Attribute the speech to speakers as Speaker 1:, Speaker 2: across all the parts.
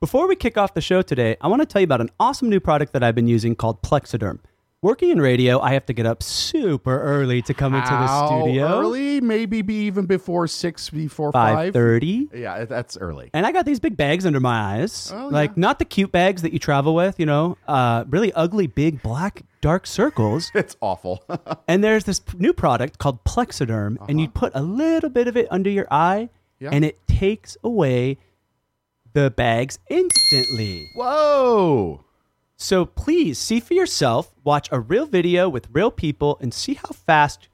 Speaker 1: Before we kick off the show today, I want to tell you about an awesome new product that I've been using called Plexiderm. Working in radio, I have to get up super early to come into the
Speaker 2: How
Speaker 1: studio.
Speaker 2: Early, maybe be even before six, before five.
Speaker 1: 5:30.
Speaker 2: Yeah, that's early.
Speaker 1: And I got these big bags under my eyes.
Speaker 2: Oh,
Speaker 1: like
Speaker 2: yeah.
Speaker 1: not the cute bags that you travel with, you know, uh, really ugly big black dark circles.
Speaker 2: It's awful.
Speaker 1: And there's this p- new product called Plexiderm, and you put a little bit of it under your eye,
Speaker 2: Uh-huh. Yeah.
Speaker 1: and it takes away the bags instantly.
Speaker 2: Whoa.
Speaker 1: So please see for yourself, watch a real video with real people, and see how fast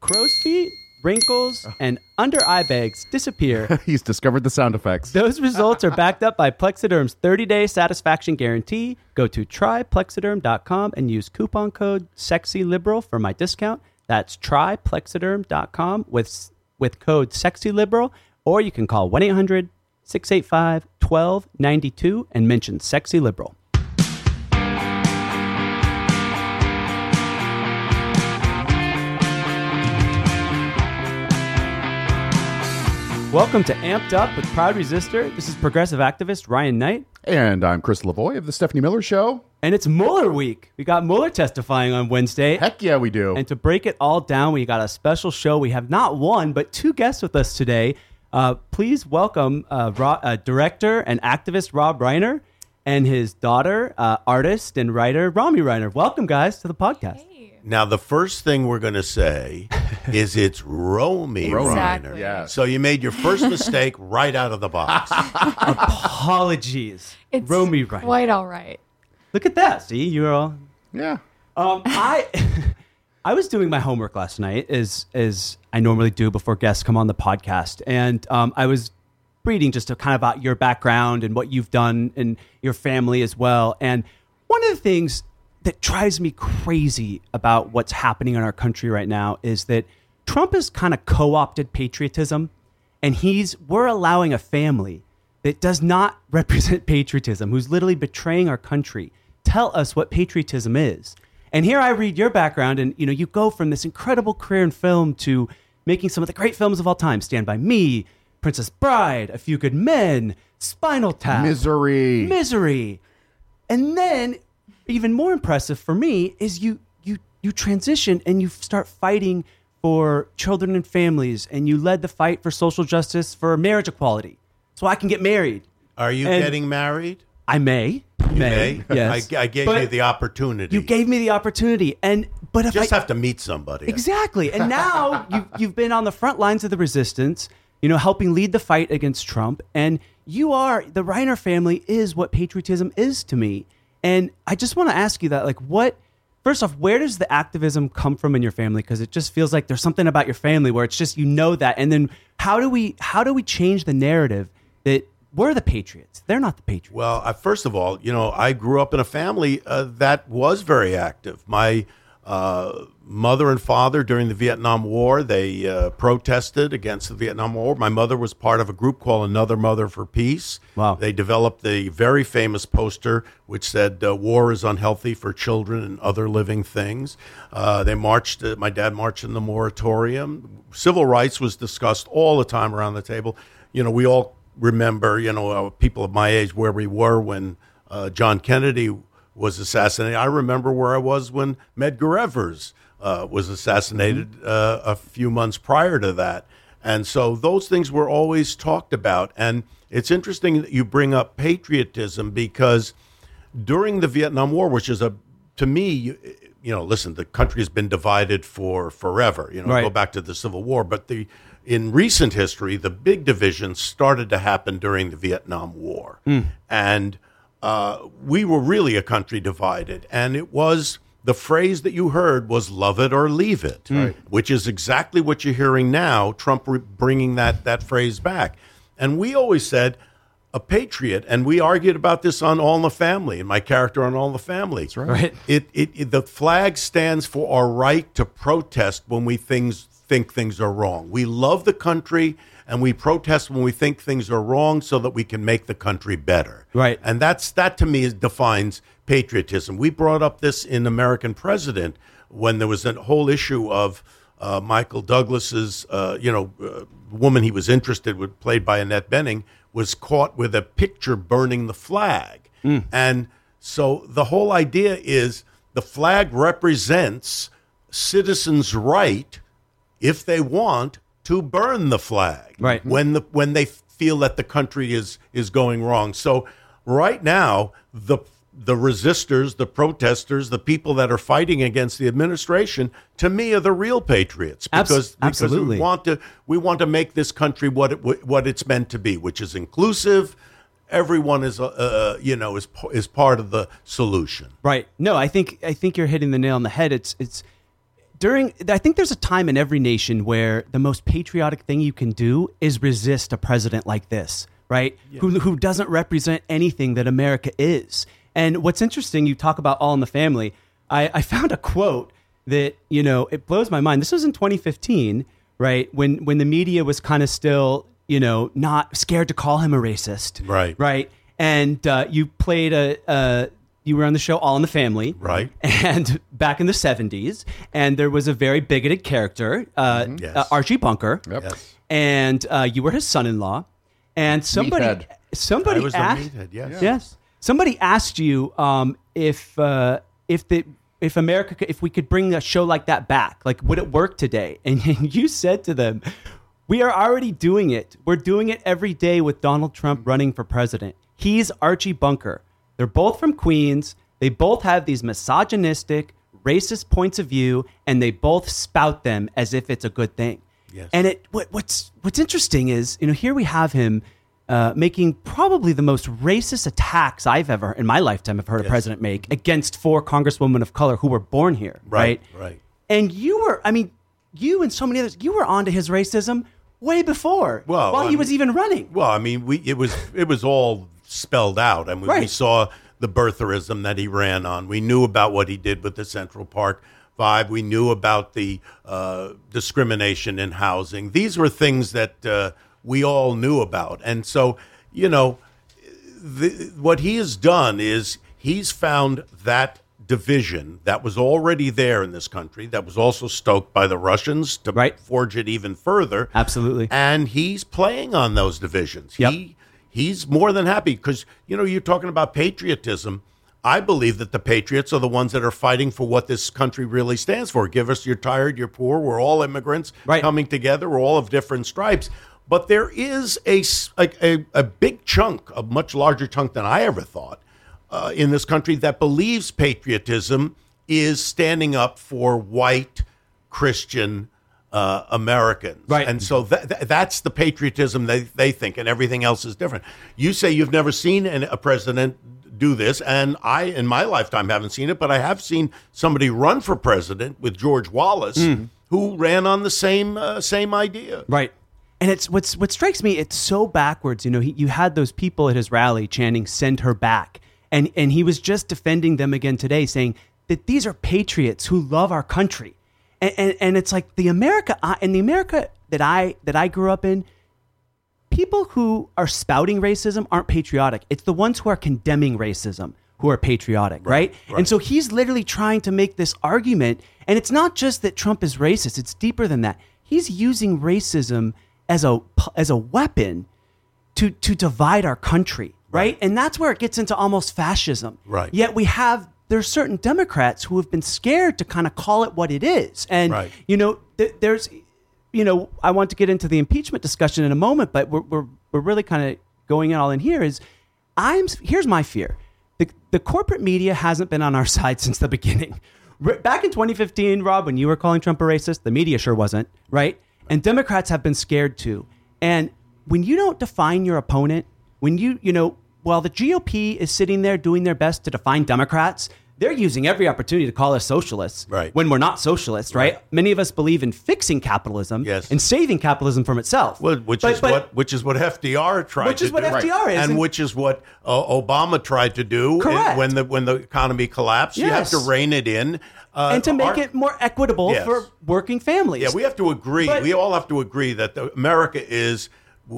Speaker 1: crow's feet, wrinkles, and under eye bags disappear.
Speaker 2: He's discovered the sound effects.
Speaker 1: Those results are backed up by Plexiderm's 30 day satisfaction guarantee. Go to tryplexiderm.com and use coupon code SEXYLIBERAL for my discount. That's tryplexiderm.com with, with code SEXYLIBERAL, or you can call 1 800 685 1292 and mention Sexy Liberal. Welcome to Amped Up with Proud Resistor. This is progressive activist Ryan Knight,
Speaker 2: And I'm Chris Lavoy of the Stephanie Miller Show.
Speaker 1: and it's Mueller week. We got Mueller testifying on Wednesday.
Speaker 2: Heck yeah, we do.
Speaker 1: And to break it all down, we got a special show. We have not one, but two guests with us today. Uh, please welcome uh, Ro- uh, director and activist Rob Reiner and his daughter, uh, artist and writer Rami Reiner. Welcome, guys, to the podcast.
Speaker 3: Now, the first thing we're going to say is it's Romy
Speaker 2: Romy.
Speaker 3: Reiner.
Speaker 4: Exactly.
Speaker 2: Yeah.
Speaker 3: So you made your first mistake right out of the box.
Speaker 1: Apologies,
Speaker 4: It's
Speaker 1: Romy Reiner.
Speaker 4: Quite all right.
Speaker 1: Look at that. See, you're all
Speaker 2: yeah.
Speaker 1: Um, I I was doing my homework last night, as as I normally do before guests come on the podcast, and um, I was reading just to kind of about your background and what you've done and your family as well. And one of the things that drives me crazy about what's happening in our country right now is that Trump has kind of co-opted patriotism, and he's we're allowing a family that does not represent patriotism, who's literally betraying our country, tell us what patriotism is. And here I read your background, and you know you go from this incredible career in film to making some of the great films of all time: Stand by Me, Princess Bride, A Few Good Men, Spinal Tap,
Speaker 2: Misery.
Speaker 1: Misery. And then, even more impressive for me is you you you transition and you start fighting for children and families, and you led the fight for social justice for marriage equality, so I can get married.
Speaker 3: Are you
Speaker 1: And-
Speaker 3: getting married?
Speaker 1: I may, may,
Speaker 3: Hey,
Speaker 1: yes.
Speaker 3: I, I gave
Speaker 1: But
Speaker 3: you the opportunity.
Speaker 1: You gave me the opportunity, and but if
Speaker 3: Just
Speaker 1: I,
Speaker 3: have to meet somebody.
Speaker 1: Exactly. And now you, you've been on the front lines of the resistance, you know, helping lead the fight against Trump. And you are, the Reiner family is what patriotism is to me. And I just want to ask you that, like, what, first off, where does the activism come from in your family? Because it just feels like there's something about your family where it's just, you know that. And then how do we, how do we change the narrative that we're the patriots? They're not the patriots.
Speaker 3: Well, I, first of all, you know, I grew up in a family uh, that was very active. My uh, mother and father during the Vietnam War, they uh, protested against the Vietnam War. My mother was part of a group called Another Mother for Peace.
Speaker 1: Wow.
Speaker 3: They developed the very famous poster which said, uh, War is unhealthy for children and other living things. Uh, they marched, uh, my dad marched in the moratorium. Civil rights was discussed all the time around the table. You know, we all remember, you know, uh, people of my age where we were when uh, John Kennedy was assassinated. I remember where I was when Medgar Evers uh, was assassinated uh, a few months prior to that. And so those things were always talked about. And it's interesting that you bring up patriotism because during the Vietnam War, which is a, to me, you, you know, listen, the country has been divided for forever. You know,
Speaker 1: Right.
Speaker 3: go back to the Civil War, but the in recent history, the big divisions started to happen during the Vietnam War,
Speaker 1: Hmm.
Speaker 3: and uh, we were really a country divided. And it was the phrase that you heard was "love it or leave it,"
Speaker 1: Hmm.
Speaker 3: which is exactly what you're hearing now. Trump re- bringing that that phrase back, and we always said a patriot, and we argued about this on All in the Family, and my character on All in the Family. That's
Speaker 1: Right.
Speaker 3: It, it, it the flag stands for our right to protest when we things think things are wrong. We love the country, and we protest when we think things are wrong, so that we can make the country better.
Speaker 1: Right.
Speaker 3: And that's that to me is, defines patriotism. We brought up this in American President when there was a whole issue of uh, Michael Douglas's, uh, you know, uh, woman he was interested with, played by Annette Benning, was caught with a picture burning the flag. And so the whole idea is the flag represents citizens' right, if they want, to burn the flag
Speaker 1: Right.
Speaker 3: when the when they feel that the country is is going wrong. So right now the the resistors, the protesters, the people that are fighting against the administration, to me, are the real patriots
Speaker 1: Abs-
Speaker 3: because,
Speaker 1: absolutely.
Speaker 3: because we want to we want to make this country what it, what it's meant to be, which is inclusive. Everyone is uh, uh, you know is p- is part of the solution.
Speaker 1: Right. No, I think I think you're hitting the nail on the head. It's it's during I think there's a time in every nation where the most patriotic thing you can do is resist a president like this, right? Who who doesn't represent anything that America is. And what's interesting, you talk about all in the family. I, I found a quote that, you know, it blows my mind. This was in 2015, right? When when the media was kind of still, you know, not scared to call him a racist.
Speaker 3: Right.
Speaker 1: Right. And uh, you played a uh, you were on the show All in the Family
Speaker 3: Right.
Speaker 1: and back in the 70s and there was a very bigoted character uh,
Speaker 3: Yes.
Speaker 1: uh, archie bunker
Speaker 3: Yes.
Speaker 1: and uh, you were his son-in-law and somebody
Speaker 2: Meathead.
Speaker 1: somebody
Speaker 3: I was the
Speaker 1: asked
Speaker 3: meathead, yes.
Speaker 1: yes somebody asked you um, if uh, if the if America, could- if we could bring a show like that back, like would it work today? And, you said to them, "We are already doing it. We're doing it every day with Donald Trump running for president. He's Archie Bunker. They're both from Queens. They both have these misogynistic, racist points of view, and they both spout them as if it's a good thing.
Speaker 3: Yes.
Speaker 1: And it what, what's what's interesting is you know here we have him uh, making probably the most racist attacks I've ever in my lifetime have heard a president make against four congresswomen of color who were born here. Right.
Speaker 3: Right, right.
Speaker 1: And you were, I mean, you and so many others, you were onto his racism way before.
Speaker 3: Well,
Speaker 1: while
Speaker 3: I
Speaker 1: he was
Speaker 3: mean-
Speaker 1: even running.
Speaker 3: Well, I mean, we it was it was all spelled out, and we, we
Speaker 1: Right.
Speaker 3: saw the birtherism that he ran on. We knew about what he did with the Central Park Five. We knew about the uh, discrimination in housing. These were things that uh, we all knew about, and so you know, the, what he has done is he's found that division that was already there in this country, that was also stoked by the Russians to
Speaker 1: Right.
Speaker 3: forge it even further.
Speaker 1: Absolutely.
Speaker 3: And he's playing on those divisions.
Speaker 1: Yep.
Speaker 3: He he's more than happy because you know you're talking about patriotism. I believe that the patriots are the ones that are fighting for what this country really stands for. Give us you're tired, you're poor. We're all immigrants
Speaker 1: Right.
Speaker 3: coming together. We're all of different stripes. But there is a s- a, a, a big chunk, a much larger chunk than I ever thought, uh, in this country that believes patriotism is standing up for white Christian uh, Americans.
Speaker 1: Right.
Speaker 3: And so tha tha- that's the patriotism they, they think, and everything else is different. You say you've never seen an, a president do this, and I, in my lifetime, haven't seen it, but I have seen somebody run for president with George Wallace,
Speaker 1: Hmm.
Speaker 3: who ran on the same uh, same idea.
Speaker 1: Right. And it's what's what strikes me. It's so backwards. You know, he, you had those people at his rally chanting "Send her back," and and he was just defending them again today, saying that these are patriots who love our country, and and, and it's like the America I, and the America that I that I grew up in. People who are spouting racism aren't patriotic. It's the ones who are condemning racism who are patriotic, right? And so he's literally trying to make this argument. And it's not just that Trump is racist, it's deeper than that. He's using racism as a, pu- as a weapon to, to divide our country, right? And that's where it gets into almost fascism.
Speaker 3: Right.
Speaker 1: Yet we have, there's certain Democrats who have been scared to kind of call it what it is. And,
Speaker 3: Right.
Speaker 1: you know, th- there's, you know, I want to get into the impeachment discussion in a moment, but we're, we're, we're really kind of going in all in here is I'm, here's my fear. The, the corporate media hasn't been on our side since the beginning. R- Back in 2015, Rob, when you were calling Trump a racist, the media sure wasn't, right? And Democrats have been scared too. And when you don't define your opponent, when you, you know, while the GOP is sitting there doing their best to define Democrats, they're using every opportunity to call us socialists
Speaker 3: Right.
Speaker 1: when we're not socialists, right? Many of us believe in fixing capitalism
Speaker 3: Yes.
Speaker 1: and saving capitalism from itself.
Speaker 3: Well, which
Speaker 1: But-
Speaker 3: is
Speaker 1: but-
Speaker 3: what which is what FDR tried
Speaker 1: Which
Speaker 3: to
Speaker 1: is what
Speaker 3: do,
Speaker 1: FDR is,
Speaker 3: and,
Speaker 1: and-
Speaker 3: which is what uh, Obama tried to do in-
Speaker 1: Correct.
Speaker 3: when the when the economy collapsed. You have
Speaker 1: Yes.
Speaker 3: to rein it in, uh,
Speaker 1: and to make
Speaker 3: our-
Speaker 1: it more equitable
Speaker 3: Yes.
Speaker 1: for working families.
Speaker 3: Yeah, we have to agree.
Speaker 1: But-
Speaker 3: we all have to agree that the, America is.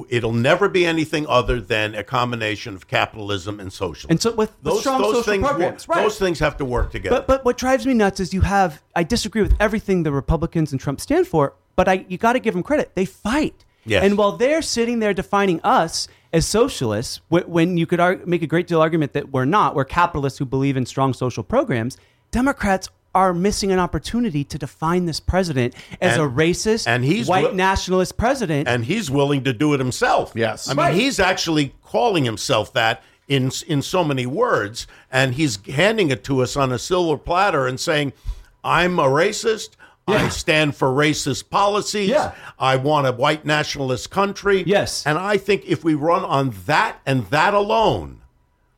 Speaker 3: It'll never be anything other than a combination of capitalism and socialism.
Speaker 1: And so with- with strong social
Speaker 3: things, wo-
Speaker 1: programs, right.
Speaker 3: Those things have to work together.
Speaker 1: But but what drives me nuts is you have I disagree with everything the Republicans and Trump stand for, but I you got to give them credit. They fight.
Speaker 3: Yes.
Speaker 1: And while they're sitting there defining us as socialists, wh- when you could arg- make a great deal argument that we're not, we're capitalists who believe in strong social programs, Democrats are missing an opportunity to define this president as
Speaker 3: And-
Speaker 1: a racist,
Speaker 3: and he's
Speaker 1: white
Speaker 3: wi-
Speaker 1: nationalist president.
Speaker 3: and he's willing to do it himself.
Speaker 2: Yes.
Speaker 3: I mean, he's actually calling himself that in in so many words, and he's handing it to us on a silver platter and saying, "I'm a racist." I
Speaker 1: Yeah.
Speaker 3: stand for racist policies.
Speaker 1: Yeah.
Speaker 3: I want a white nationalist country.
Speaker 1: Yes.
Speaker 3: And I think if we run on that and that alone,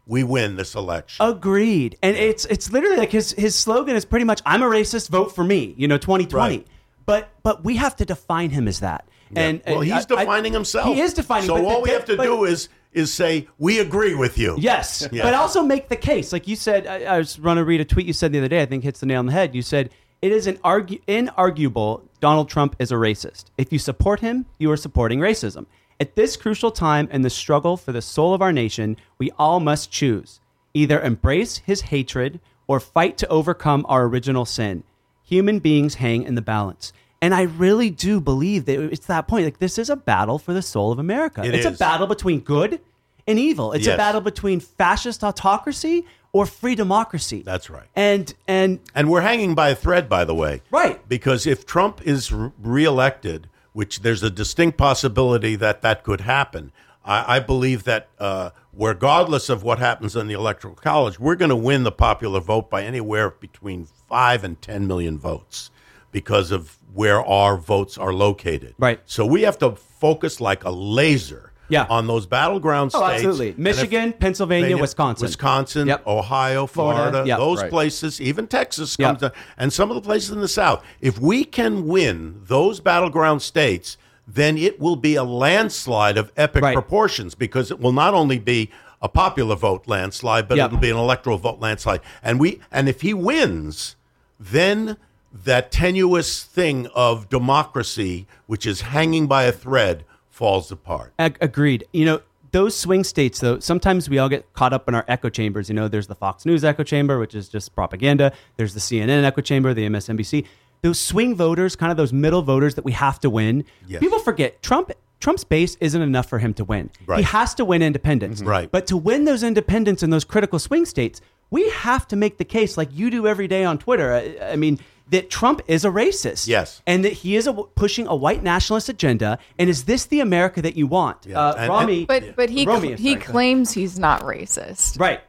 Speaker 3: we win this election.
Speaker 1: Agreed. And it's it's literally like his his slogan is pretty much I'm a racist, vote for me, you know, 2020.
Speaker 3: Right.
Speaker 1: But but we have to define him as that. And
Speaker 3: well,
Speaker 1: and
Speaker 3: he's
Speaker 1: I- I-
Speaker 3: defining himself.
Speaker 1: He is defining
Speaker 3: So
Speaker 1: but the-
Speaker 3: all we have to
Speaker 1: but-
Speaker 3: do is is say we agree with you.
Speaker 1: Yes,
Speaker 3: Yeah.
Speaker 1: but also make the case. Like you said, I, I was going to read a tweet you said the other day. I think hits the nail on the head. You said it is an argu- inarguable Donald Trump is a racist. If you support him, you are supporting racism. At this crucial time in the struggle for the soul of our nation, we all must choose: either embrace his hatred or fight to overcome our original sin. Human beings hang in the balance. And I really do believe that it's that point. Like this is a battle for the soul of America.
Speaker 3: It
Speaker 1: it's a
Speaker 3: is.
Speaker 1: battle between good and evil. It's
Speaker 3: Yes.
Speaker 1: a battle between fascist autocracy or free democracy.
Speaker 3: That's right.
Speaker 1: And and
Speaker 3: And we're hanging by a thread, by the way.
Speaker 1: Right.
Speaker 3: Because if Trump is re- reelected, which there's a distinct possibility that that could happen, I, I believe that uh, regardless of what happens in the Electoral College, we're going to win the popular vote by anywhere between 5 and 10 million votes because of where our votes are located.
Speaker 1: Right.
Speaker 3: So we have to focus like a laser
Speaker 1: Yeah.
Speaker 3: on those battleground
Speaker 1: oh,
Speaker 3: states.
Speaker 1: absolutely,
Speaker 3: And if-
Speaker 1: Michigan, Pennsylvania, Wisconsin,
Speaker 3: Wisconsin,
Speaker 1: Yep.
Speaker 3: Ohio, Florida,
Speaker 1: Florida, yep.
Speaker 3: those
Speaker 2: Right.
Speaker 3: places, even Texas
Speaker 1: Yep.
Speaker 3: comes down, and some of the places in the South. If we can win those battleground states, then it will be a landslide of epic
Speaker 1: Right.
Speaker 3: proportions because it will not only be a popular vote landslide, but
Speaker 1: Yep.
Speaker 3: it'll be an electoral vote landslide. And we and if he wins, then that tenuous thing of democracy, which is hanging by a thread, falls apart.
Speaker 1: Ag- agreed. You know, those swing states, though, sometimes we all get caught up in our echo chambers. You know, there's the Fox News echo chamber, which is just propaganda. There's the CNN echo chamber, the MSNBC. Those swing voters, kind of those middle voters that we have to win.
Speaker 3: Yes.
Speaker 1: People forget Trump. Trump's base isn't enough for him to win.
Speaker 3: Right. Mm-hmm.
Speaker 1: He has to win independents.
Speaker 3: Right.
Speaker 1: But to win those independents in those critical swing states, we have to make the case, like you do every day on Twitter. I, I mean, that Trump is a racist.
Speaker 3: Yes.
Speaker 1: And that he is a, pushing a white nationalist agenda. And is this the America that you want?
Speaker 3: Yeah.
Speaker 1: Uh,
Speaker 3: And-
Speaker 1: Rami,
Speaker 3: and-
Speaker 4: But but he
Speaker 1: Romeo,
Speaker 4: he
Speaker 1: sorry.
Speaker 4: claims he's not racist,
Speaker 1: right,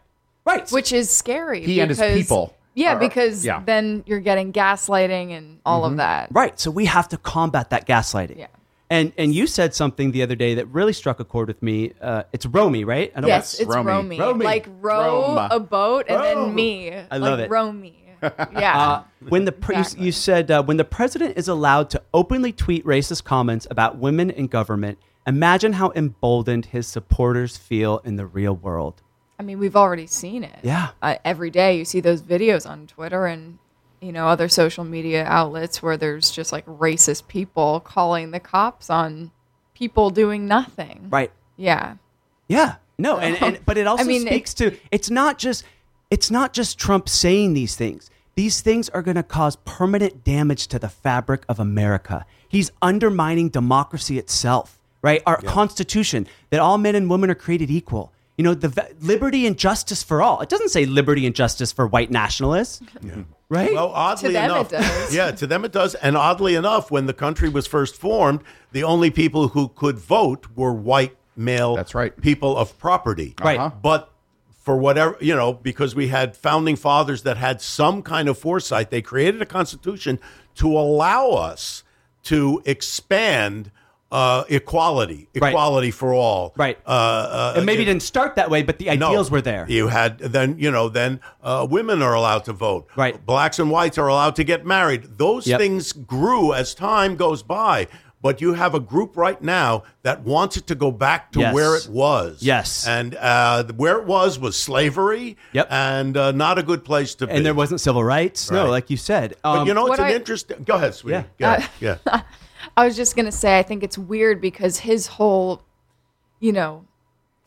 Speaker 1: right.
Speaker 4: which is scary.
Speaker 2: He and his
Speaker 4: because-
Speaker 2: people
Speaker 4: Yeah,
Speaker 2: are-
Speaker 4: because
Speaker 2: yeah.
Speaker 4: then you're getting gaslighting and all of that.
Speaker 1: right. So we have to combat that gaslighting.
Speaker 4: Yeah.
Speaker 1: And and you said something the other day that really struck a chord with me. Uh, it's Romy, right? I don't
Speaker 4: Yes,
Speaker 1: know-
Speaker 4: it's
Speaker 2: Romy.
Speaker 4: Romy.
Speaker 2: Romy.
Speaker 4: Like row
Speaker 2: Rome.
Speaker 4: a boat and
Speaker 1: Rome.
Speaker 4: then me. I
Speaker 1: love
Speaker 4: like
Speaker 1: it.
Speaker 4: Romy. Yeah.
Speaker 1: Uh, when the pre- you-
Speaker 4: Exactly.
Speaker 1: you, said uh, when the president is allowed to openly tweet racist comments about women in government, imagine how emboldened his supporters feel in the real world.
Speaker 4: I mean, we've already seen it.
Speaker 1: Yeah.
Speaker 4: Uh, every day you see those videos on Twitter and you know other social media outlets where there's just like racist people calling the cops on people doing nothing.
Speaker 1: Right.
Speaker 4: Yeah.
Speaker 1: Yeah. No, and, and but it also
Speaker 4: Oh. I mean, it-
Speaker 1: speaks to it's not just it's not just Trump saying these things. These things are going to cause permanent damage to the fabric of America. He's undermining democracy itself, right? Our constitution that all men and women are created equal. You know, the va- liberty and justice for all. It doesn't say liberty and justice for white nationalists, right?
Speaker 3: Well, oddly
Speaker 4: them it
Speaker 3: enough,
Speaker 4: does.
Speaker 3: yeah, to them it does. And oddly enough, when the country was first formed, the only people who could vote were white male.
Speaker 2: That's right.
Speaker 3: People of property.
Speaker 1: Right. Uh-huh.
Speaker 3: But for whatever you know, because we had founding fathers that had some kind of foresight, they created a constitution to allow us to expand uh, equality,
Speaker 1: Right.
Speaker 3: equality for all.
Speaker 1: right.
Speaker 3: Uh, uh,
Speaker 1: and maybe it didn't start that way, but the
Speaker 3: no.
Speaker 1: ideals were there.
Speaker 3: You had then, you know, then uh, women are allowed to vote.
Speaker 1: Right.
Speaker 3: Blacks and whites are allowed to get married. Those
Speaker 1: Yep.
Speaker 3: things grew as time goes by. But you have a group right now that wants it to go back to
Speaker 1: Yes.
Speaker 3: where it was.
Speaker 1: Yes.
Speaker 3: And uh, where it was was slavery.
Speaker 1: Yep.
Speaker 3: And uh, not a good place to be.
Speaker 1: And there wasn't civil rights. No,
Speaker 3: Right.
Speaker 1: like you said.
Speaker 3: But
Speaker 1: Um,
Speaker 3: you know, it's
Speaker 4: What
Speaker 3: an
Speaker 4: I- Uh,
Speaker 3: interesting. Go ahead, sweetie.
Speaker 1: Yeah.
Speaker 3: Yeah. yeah.
Speaker 4: I was just gonna say I think it's weird because his whole, you know,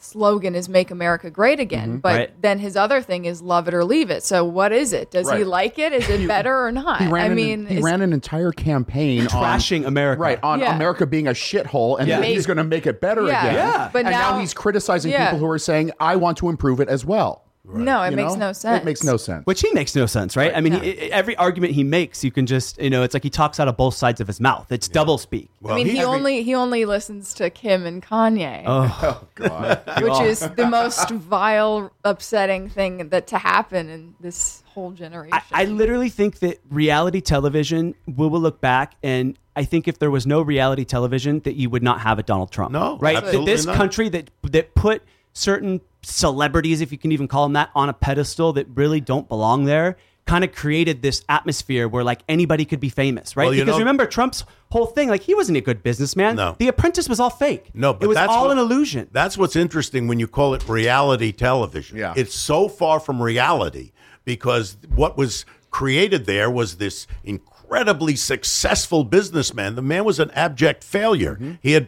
Speaker 4: slogan is make america great again
Speaker 2: Mm-hmm.
Speaker 4: but
Speaker 1: Right.
Speaker 4: then his other thing is love it or leave it so what is it does he
Speaker 3: Right.
Speaker 4: like it is it better or not
Speaker 2: He ran
Speaker 4: i
Speaker 2: an,
Speaker 4: mean
Speaker 2: he
Speaker 4: is-
Speaker 2: ran an entire campaign
Speaker 3: um,
Speaker 1: Trashing
Speaker 2: on,
Speaker 1: America.
Speaker 2: right? On
Speaker 4: Yeah.
Speaker 2: America being a shithole, and
Speaker 1: Yeah.
Speaker 2: then he's going to make it better
Speaker 4: Yeah.
Speaker 2: again.
Speaker 1: Yeah.
Speaker 4: But
Speaker 2: and now,
Speaker 4: now-
Speaker 2: he's criticizing
Speaker 4: Yeah.
Speaker 2: people who are saying, "I want to improve it as well."
Speaker 4: no it
Speaker 2: You
Speaker 4: makes
Speaker 2: know?
Speaker 4: no sense
Speaker 2: It makes no sense.
Speaker 1: Which he makes no sense, right? I mean, he, every argument he makes, you can just, you know, it's like he talks out of both sides of his mouth. It's double speak.
Speaker 3: Well,
Speaker 4: I mean,
Speaker 3: he-
Speaker 4: he only he only listens to Kim and Kanye,
Speaker 2: Oh,
Speaker 4: which is the most vile, upsetting thing that to happen in this whole generation.
Speaker 1: I, I literally think that reality television, we will look back and I think if there was no reality television, that you would not have a Donald Trump.
Speaker 3: No,
Speaker 1: right?
Speaker 3: absolutely
Speaker 1: That this
Speaker 3: not.
Speaker 1: country that that put certain celebrities, if you can even call them that, on a pedestal that really don't belong there, kind of created this atmosphere where like anybody could be famous, right?
Speaker 3: Well, you
Speaker 1: because
Speaker 3: know-
Speaker 1: remember Trump's whole thing, like he wasn't a good businessman.
Speaker 3: No.
Speaker 1: The Apprentice was all fake.
Speaker 3: No, but
Speaker 1: it was
Speaker 3: that's
Speaker 1: all
Speaker 3: what-
Speaker 1: an illusion.
Speaker 3: That's what's interesting when you call it reality television.
Speaker 2: Yeah.
Speaker 3: It's so far from reality because what was created there was this incredibly successful businessman. The man was an abject failure.
Speaker 1: Mm-hmm.
Speaker 3: He had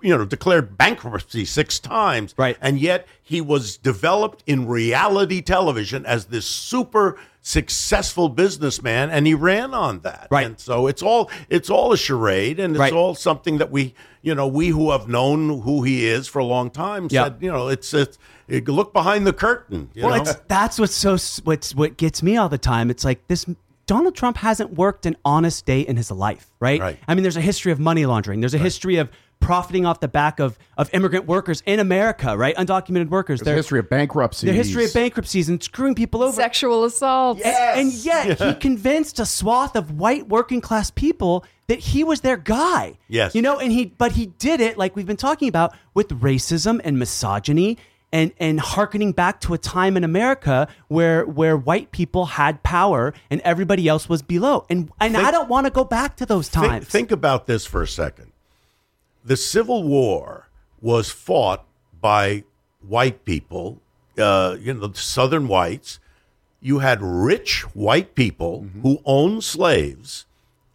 Speaker 3: you know declared bankruptcy six times.
Speaker 1: Right.
Speaker 3: And yet he was developed in reality television as this super successful businessman and he ran on that.
Speaker 1: Right.
Speaker 3: And so it's all it's all a charade and it's
Speaker 1: Right.
Speaker 3: all something that we, you know, we who have known who he is for a long time
Speaker 1: Yeah.
Speaker 3: said, you know, it's it's it, look behind the curtain. You
Speaker 1: well,
Speaker 3: know?
Speaker 1: it's, that's what's so what's what gets me all the time. It's like this. Donald Trump hasn't worked an honest day in his life, right?
Speaker 3: Right.
Speaker 1: I mean, there's a history of money laundering. There's a history of profiting off the back of, of immigrant workers in America, right? Undocumented workers.
Speaker 2: the
Speaker 1: Their
Speaker 2: history of bankruptcy.
Speaker 1: their history of bankruptcies and screwing people over.
Speaker 4: Sexual assault.
Speaker 1: And yet he convinced a swath of white working class people that he was their guy.
Speaker 3: Yes.
Speaker 1: You know, and he but he did it like we've been talking about with racism and misogyny and and hearkening back to a time in America where where white people had power and everybody else was below. And and I don't want to go back to those
Speaker 3: Think-
Speaker 1: times.
Speaker 3: Think, about this for a second. The Civil War was fought by white people, uh, you know, the Southern whites. You had rich white people who owned slaves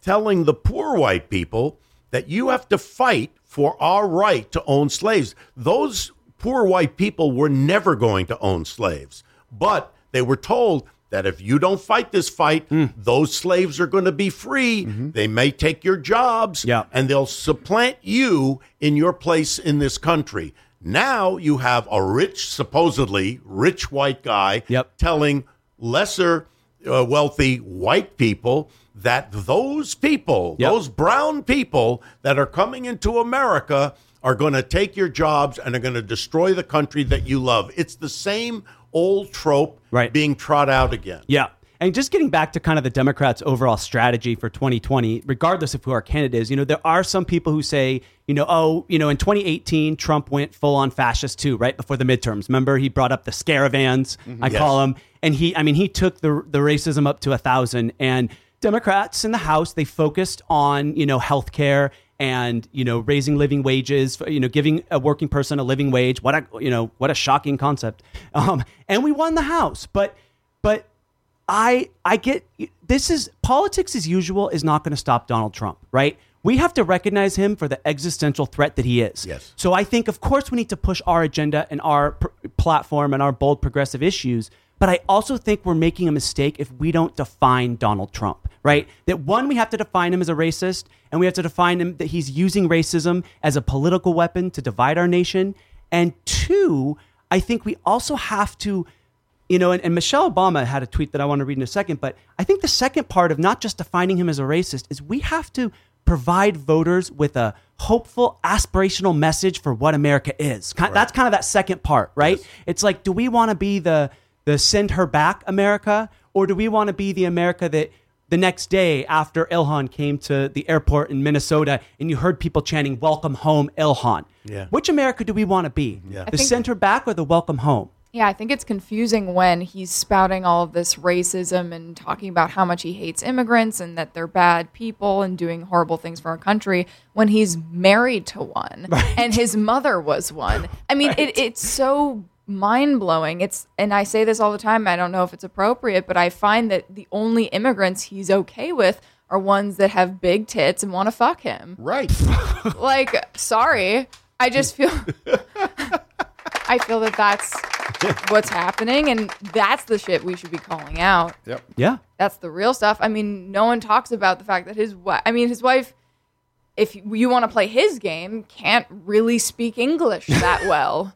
Speaker 3: telling the poor white people that you have to fight for our right to own slaves. Those poor white people were never going to own slaves, but they were told that if you don't fight this fight, those slaves are going to be free. They may take your jobs
Speaker 1: Yeah.
Speaker 3: and they'll supplant you in your place in this country. Now you have a rich, supposedly rich white guy
Speaker 1: Yep.
Speaker 3: telling lesser uh, wealthy white people that those people,
Speaker 1: Yep.
Speaker 3: those brown people that are coming into America are going to take your jobs and are going to destroy the country that you love. It's the same old trope
Speaker 1: Right.
Speaker 3: being trot out again.
Speaker 1: Yeah. And just getting back to kind of the Democrats' overall strategy for 2020, regardless of who our candidate is, you know, there are some people who say, you know, oh, you know, in 2018, Trump went full on fascist too, right before the midterms. Remember, he brought up the scaravans, I call them. And he, I mean, he took the, the racism up to a thousand. And Democrats in the House, they focused on, you know, healthcare and you know raising living wages you know giving a working person a living wage what a you know what a shocking concept um, and we won the house but but I I get this is politics as usual is not going to stop Donald Trump, right? We have to recognize him for the existential threat that he is.
Speaker 3: Yes.
Speaker 1: So I think, of course, we need to push our agenda and our pr- platform and our bold progressive issues. But I also think we're making a mistake if we don't define Donald Trump, right? That one, we have to define him as a racist, and we have to define him that he's using racism as a political weapon to divide our nation. And two, I think we also have to you know, and, and Michelle Obama had a tweet that I want to read in a second, but I think the second part of not just defining him as a racist is we have to provide voters with a hopeful, aspirational message for what America is. Ki- That's kind of that second part, right? It's like, do we want to be the the send her back America, or do we want to be the America that the next day after Ilhan came to the airport in Minnesota and you heard people chanting "Welcome home, Ilhan"?
Speaker 3: Yeah.
Speaker 1: Which America do we want to be? The
Speaker 4: think-
Speaker 1: send her back or the welcome home?
Speaker 4: Yeah, I think it's confusing when he's spouting all of this racism and talking about how much he hates immigrants and that they're bad people and doing horrible things for our country when he's married to one and his mother was one. I mean, it, it's so mind blowing. It's and I say this all the time. I don't know if it's appropriate, but I find that the only immigrants he's okay with are ones that have big tits and want to fuck him.
Speaker 2: right.
Speaker 4: Like, sorry, I just feel. I feel that that's what's happening, and that's the shit we should be calling out.
Speaker 2: Yep.
Speaker 1: Yeah.
Speaker 4: That's the real stuff. I mean, no one talks about the fact that his wife, I mean, his wife, if you want to play his game, can't really speak English that well.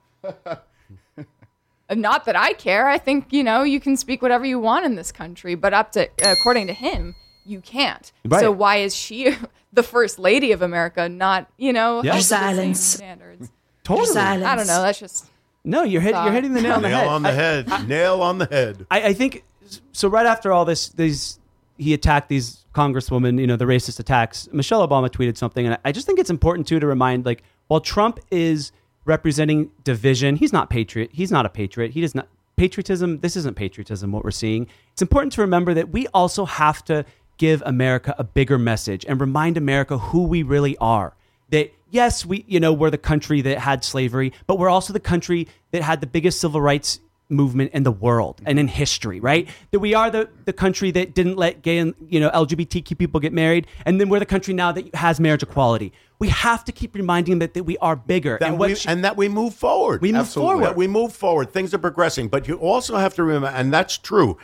Speaker 4: Not that I care. I think, you know, you can speak whatever you want in this country, but up to, according to him, you can't.
Speaker 1: Right.
Speaker 4: So why is she the first lady of America not, you know,
Speaker 1: Yeah.
Speaker 4: up to the same
Speaker 5: Silence.
Speaker 4: standards?
Speaker 1: Totally.
Speaker 5: Silence.
Speaker 4: I don't know. That's just
Speaker 1: No, you're hit, you're
Speaker 4: Sorry.
Speaker 1: hitting the nail on the
Speaker 3: Nail
Speaker 1: head.
Speaker 3: on the head. Nail on the head.
Speaker 1: I, I think so. Right after all this, these he attacked these congresswomen. You know, the racist attacks. Michelle Obama tweeted something, and I- I just think it's important too to remind, like, while Trump is representing division, he's not patriot. He's not a patriot. He does not patriotism. This isn't patriotism. What we're seeing. It's important to remember that we also have to give America a bigger message and remind America who we really are that yes we you know we're the country that had slavery but we're also the country that had the biggest civil rights movement in the world and in history right that we are the, the country that didn't let gay and you know lgbtq people get married and then we're the country now that has marriage equality we have to keep reminding them that, that we are bigger
Speaker 3: that
Speaker 1: and what
Speaker 3: we,
Speaker 1: she-
Speaker 3: and that we move forward.
Speaker 1: We move forward.
Speaker 3: That we move forward. Things are progressing, but you also have to remember, and that's true.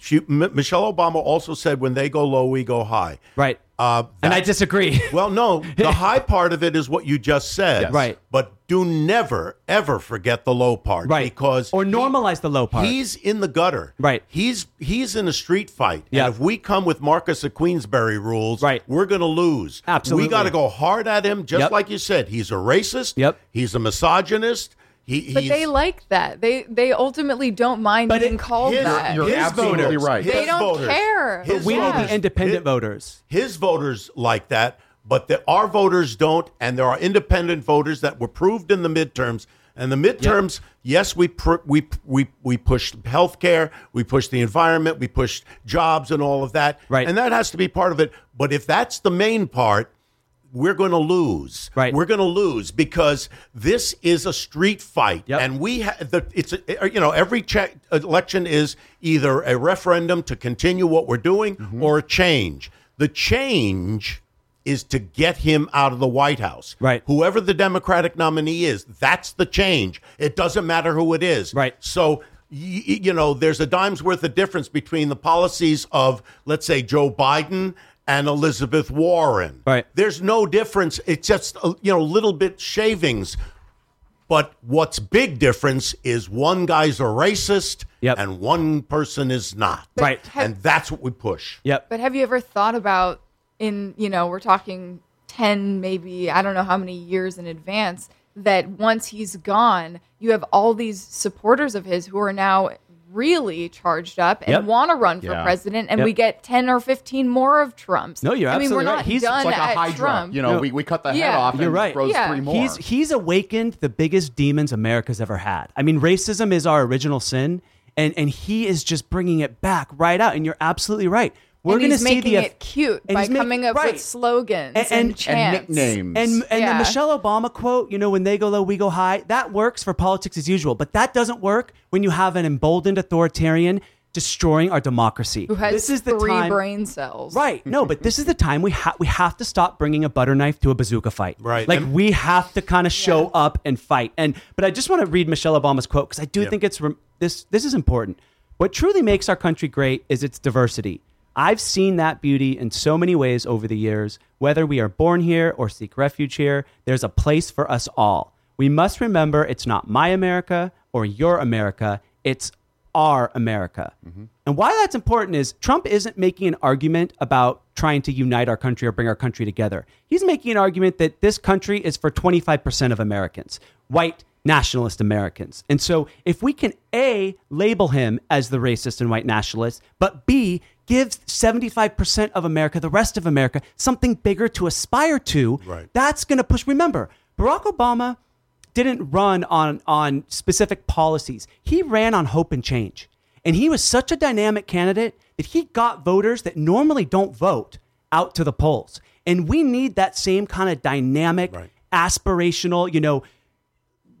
Speaker 3: She, M- Michelle Obama also said, "When they go low, we go high."
Speaker 1: right
Speaker 3: Uh,
Speaker 1: and
Speaker 3: that-
Speaker 1: i disagree
Speaker 3: Well, no, the high part of it is what you just said,
Speaker 1: Yes. Right.
Speaker 3: But do never ever forget the low part,
Speaker 1: right
Speaker 3: Because
Speaker 1: or normalize the low part
Speaker 3: He's in the gutter.
Speaker 1: Right.
Speaker 3: He's he's in a street fight.
Speaker 1: Yeah.
Speaker 3: And if we come with Marcus of Queensberry rules,
Speaker 1: Right.
Speaker 3: we're going to lose.
Speaker 1: Absolutely.
Speaker 3: We got to go hard at him, just
Speaker 1: Yep.
Speaker 3: like you said. He's a racist.
Speaker 1: Yep.
Speaker 3: He's a misogynist. He,
Speaker 4: But
Speaker 3: he's,
Speaker 4: they like that. They they ultimately don't mind
Speaker 1: But
Speaker 4: being
Speaker 1: it-
Speaker 4: called
Speaker 3: his-
Speaker 4: that.
Speaker 2: You're
Speaker 3: his
Speaker 2: absolutely
Speaker 3: voters,
Speaker 2: right.
Speaker 3: his
Speaker 4: They don't
Speaker 3: voters,
Speaker 4: care.
Speaker 3: his
Speaker 1: we
Speaker 4: Yeah.
Speaker 1: need the independent
Speaker 3: His-
Speaker 1: voters
Speaker 3: his voters like that, but the, our voters don't. And there are independent voters that were proved in the midterms. And the midterms, yes, we pr- we we we pushed healthcare, we pushed the environment, we pushed jobs and all of that.
Speaker 1: Right.
Speaker 3: and that has to be part of it. But if that's the main part, we're going to lose.
Speaker 1: Right.
Speaker 3: We're going to lose because this is a street fight,
Speaker 1: Yep.
Speaker 3: and we ha- the it's a, you know every che- election is either a referendum to continue what we're doing
Speaker 1: Mm-hmm.
Speaker 3: or a change. The change is to get him out of the White House.
Speaker 1: Right.
Speaker 3: Whoever the Democratic nominee is, that's the change. It doesn't matter who it is.
Speaker 1: Right.
Speaker 3: So, y- y- you know, there's a dime's worth of difference between the policies of, let's say, Joe Biden and Elizabeth Warren.
Speaker 1: Right.
Speaker 3: There's no difference. It's just, a, you know, little bit shavings. But what's big difference is one guy's a racist
Speaker 1: Yep.
Speaker 3: and one person is not.
Speaker 1: Right.
Speaker 3: And that's what we push.
Speaker 1: yep
Speaker 4: But have you ever thought about in, you know, we're talking 10 maybe, I don't know how many years in advance that once he's gone, you have all these supporters of his who are now really charged up and
Speaker 1: Yep.
Speaker 4: want to run for
Speaker 2: Yeah.
Speaker 4: president and
Speaker 1: Yep.
Speaker 4: we get 10 or 15 more of Trump's.
Speaker 1: No, you're
Speaker 4: I mean, we're
Speaker 1: absolutely right.
Speaker 4: not
Speaker 1: He's- it's
Speaker 4: done
Speaker 2: It's like a
Speaker 4: at
Speaker 2: hydra.
Speaker 4: Trump.
Speaker 2: You know,
Speaker 1: No.
Speaker 2: we, we cut the head
Speaker 4: Yeah.
Speaker 2: off and
Speaker 1: You're right.
Speaker 2: grows
Speaker 4: Yeah.
Speaker 2: three more.
Speaker 1: He's he's awakened the biggest demons America's ever had. I mean, racism is our original sin, and and he is just bringing it back right out. And you're absolutely right. We're
Speaker 4: and
Speaker 1: going to
Speaker 4: he's
Speaker 1: see
Speaker 4: making
Speaker 1: the
Speaker 4: it cute
Speaker 1: and
Speaker 4: by
Speaker 1: he's making-
Speaker 4: coming up
Speaker 1: right.
Speaker 4: with slogans
Speaker 1: And-
Speaker 4: and,
Speaker 1: and- and
Speaker 2: and
Speaker 4: chants.
Speaker 2: nicknames.
Speaker 1: And and
Speaker 4: Yeah.
Speaker 1: the Michelle Obama quote, you know, when they go low, we go high. That works for politics as usual, but that doesn't work when you have an emboldened authoritarian destroying our democracy.
Speaker 4: Who has
Speaker 1: this is the
Speaker 4: three
Speaker 1: time,
Speaker 4: brain cells.
Speaker 1: Right. No, but this is the time we have we have to stop bringing a butter knife to a bazooka fight.
Speaker 3: Right.
Speaker 1: Like
Speaker 3: And-
Speaker 1: we have to kind of show up and fight. And but I just want to read Michelle Obama's quote because I do think it's rem- this this is important. What truly makes our country great is its diversity. I've seen that beauty in so many ways over the years. Whether we are born here or seek refuge here, there's a place for us all. We must remember it's not my America or your America, it's our America. And why that's important is Trump isn't making an argument about trying to unite our country or bring our country together. He's making an argument that this country is for 25% of Americans, white nationalist Americans. And so if we can A, label him as the racist and white nationalist, but B, give 75% of America, the rest of America, something bigger to aspire to,
Speaker 3: Right.
Speaker 1: that's going to push. Remember, Barack Obama didn't run on on specific policies. He ran on hope and change. And he was such a dynamic candidate that he got voters that normally don't vote out to the polls. And we need that same kind of dynamic,
Speaker 3: Right.
Speaker 1: aspirational, you know,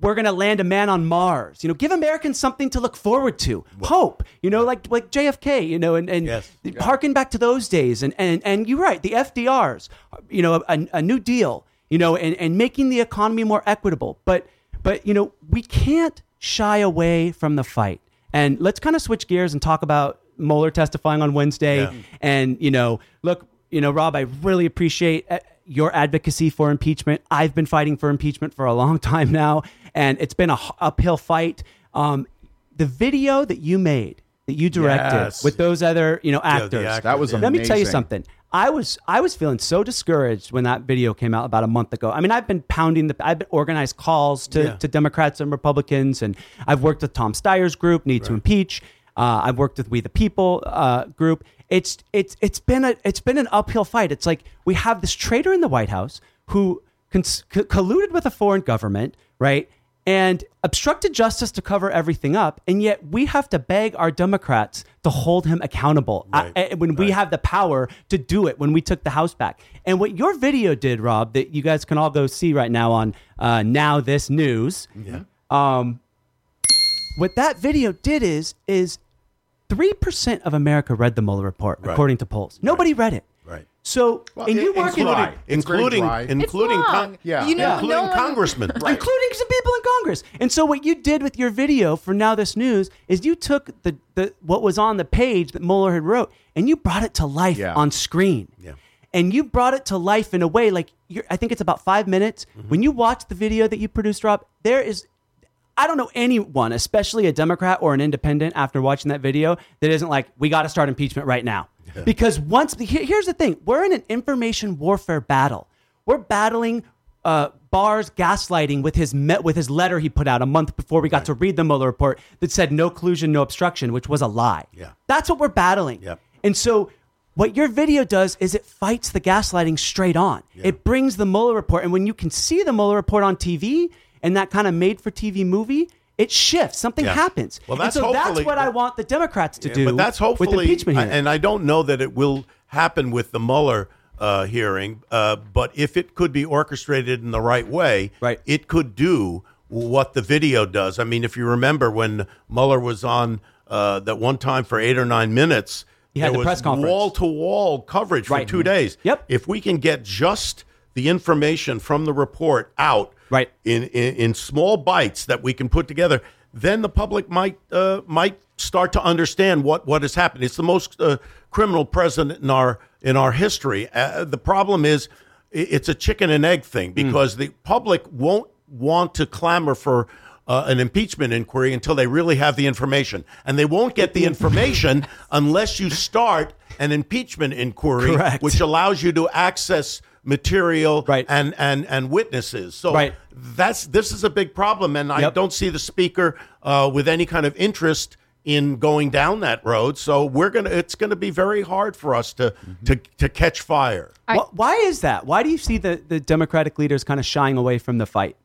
Speaker 1: we're going to land a man on Mars. You know, give Americans something to look forward to. Hope, you know, like like JFK, you know, and and
Speaker 3: Yes.
Speaker 1: harken back to those days and and and you're right, the FDRs, you know, a, a new deal, you know, and and making the economy more equitable. But but you know, we can't shy away from the fight. And let's kind of switch gears and talk about Mueller testifying on Wednesday.
Speaker 3: Yeah.
Speaker 1: And, you know, look, you know, Rob, I really appreciate uh, your advocacy for impeachment. I've been fighting for impeachment for a long time now, and it's been a h- uphill fight. Um, the video that you made, that you directed
Speaker 3: Yes.
Speaker 1: with those other, you know, actors.
Speaker 3: actors,
Speaker 5: That was
Speaker 3: yeah.
Speaker 1: Let me tell you
Speaker 5: Amazing.
Speaker 1: something. I was I was feeling so discouraged when that video came out about a month ago. I mean, I've been pounding the I've been organized calls to,
Speaker 3: Yeah.
Speaker 1: to Democrats and Republicans, and I've worked with Tom Steyer's group, Need to Impeach. Uh, I've worked with We the People uh, group. It's it's it's been a it's been an uphill fight. It's like we have this traitor in the White House who cons- co- colluded with a foreign government, right? And obstructed justice to cover everything up, and yet we have to beg our Democrats to hold him accountable. I-
Speaker 3: Right.
Speaker 1: I- when we have the power to do it when we took the house back. And what your video did, Rob, that you guys can all go see right now on uh, Now This News. Yeah. Um, what that video did is is three percent of America read the Mueller report, according to polls. Nobody read it.
Speaker 3: Right.
Speaker 1: So, and
Speaker 5: it-
Speaker 1: you
Speaker 5: it's
Speaker 1: work in,
Speaker 5: dry. It's very
Speaker 3: including
Speaker 5: dry. It's
Speaker 3: including
Speaker 4: it's
Speaker 3: con-
Speaker 4: long.
Speaker 5: Yeah.
Speaker 4: You know,
Speaker 1: Yeah.
Speaker 3: including
Speaker 4: no one-
Speaker 3: congressmen.
Speaker 1: including some people in Congress. And so what you did with your video for now this news is you took the, the what was on the page that Mueller had wrote and you brought it to life
Speaker 5: Yeah.
Speaker 1: on screen.
Speaker 3: Yeah.
Speaker 1: And you brought it to life in a way like you're, I think it's about five minutes.
Speaker 3: Mm-hmm.
Speaker 1: When you watch the video that you produced, Rob, there is I don't know anyone, especially a Democrat or an independent, after watching that video, that isn't like, we got to start impeachment right now. Because once, here- here's the thing we're in an information warfare battle. We're battling uh, Barr's gaslighting with his, me- with his letter he put out a month before we got to read the Mueller report that said no collusion, no obstruction, which was a lie.
Speaker 3: Yeah.
Speaker 1: That's what we're battling.
Speaker 3: Yep.
Speaker 1: And so what your video does is it fights the gaslighting straight on. It brings the Mueller report. And when you can see the Mueller report on TV and that kind of made for TV movie, it shifts. Something
Speaker 3: Yeah.
Speaker 1: happens.
Speaker 3: Well,
Speaker 1: And
Speaker 3: that's
Speaker 1: so that's
Speaker 3: hopefully-
Speaker 1: what I want the Democrats to do
Speaker 3: But that's hopefully,
Speaker 1: with impeachment hearing.
Speaker 3: and I don't know that it will happen with the Mueller uh, hearing. Uh, but if it could be orchestrated in the right way,
Speaker 1: Right.
Speaker 3: it could do what the video does. I mean, if you remember when Mueller was on uh, that one time for eight or nine minutes,
Speaker 1: He had
Speaker 3: there
Speaker 1: the
Speaker 3: was
Speaker 1: press conference.
Speaker 3: wall to wall coverage
Speaker 1: Right.
Speaker 3: for two days.
Speaker 1: Yep.
Speaker 3: If we can get just the information from the report out
Speaker 1: Right.
Speaker 3: in, in in small bites that we can put together, then the public might uh, might start to understand what what has happened. It's the most uh, criminal president in our in our history. Uh, the problem is i- it's a chicken and egg
Speaker 1: Hmm.
Speaker 3: thing because the public won't want to clamor for. Uh, an impeachment inquiry until they really have the information, and they won't get the information unless you start an impeachment inquiry,
Speaker 1: Correct.
Speaker 3: which allows you to access material
Speaker 1: Right.
Speaker 3: and and and witnesses. So
Speaker 1: Right.
Speaker 3: that's this is a big problem, and I
Speaker 1: Yep.
Speaker 3: don't see the speaker uh, with any kind of interest in going down that road. So we're gonna it's gonna be very hard for us to to to catch fire.
Speaker 1: Wh- why, is that? Why do you see the, the Democratic leaders kind of shying away from the fight?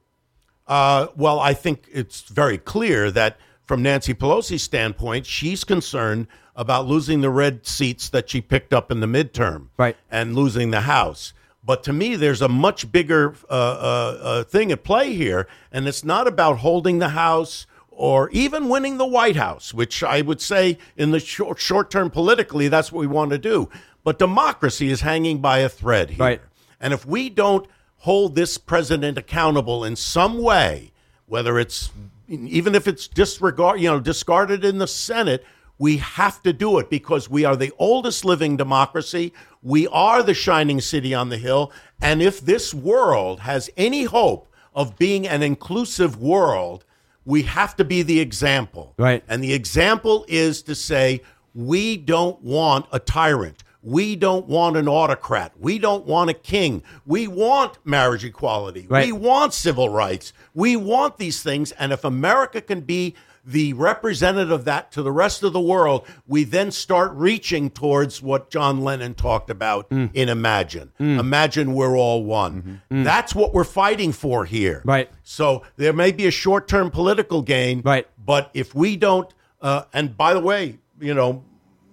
Speaker 3: Uh, well, I think it's very clear that from Nancy Pelosi's standpoint, she's concerned about losing the red seats that she picked up in the midterm,
Speaker 1: Right.
Speaker 3: and losing the House. But to me, there's a much bigger uh, uh, uh, thing at play here, and it's not about holding the House or even winning the White House, which I would say in the short, short term politically, that's what we want to do. But democracy is hanging by a thread here.
Speaker 1: Right.
Speaker 3: And if we don't hold this president accountable in some way, whether it's even if it's disregard, you know, discarded in the Senate, we have to do it because we are the oldest living democracy. We are the shining city on the hill. And if this world has any hope of being an inclusive world, we have to be the example.
Speaker 1: Right.
Speaker 3: And the example is to say, we don't want a tyrant. We don't want an autocrat. We don't want a king. We want marriage equality.
Speaker 1: Right.
Speaker 3: We want civil rights. We want these things. And if America can be the representative of that to the rest of the world, we then start reaching towards what John Lennon talked about
Speaker 1: Mm.
Speaker 3: in Imagine. Imagine we're all one. That's what we're fighting for here.
Speaker 1: Mm-hmm. Right.
Speaker 3: So there may be a short term political gain.
Speaker 1: Right.
Speaker 3: But if we don't, uh, and by the way, you know,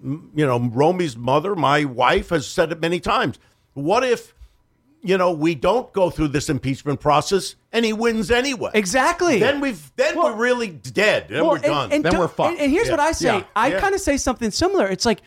Speaker 3: m- you know, Romy's mother, my wife, has said it many times. What if, you know, we don't go through this impeachment process and he wins anyway?
Speaker 1: Exactly.
Speaker 3: Then we've then
Speaker 1: Well-
Speaker 3: we're really dead. Then
Speaker 1: Well,
Speaker 3: we're done.
Speaker 1: And, and
Speaker 5: Then
Speaker 1: don't-
Speaker 5: we're fucked.
Speaker 1: And, and here's what I say.
Speaker 5: Yeah.
Speaker 1: I
Speaker 3: Yeah.
Speaker 1: kind of say something similar. It's like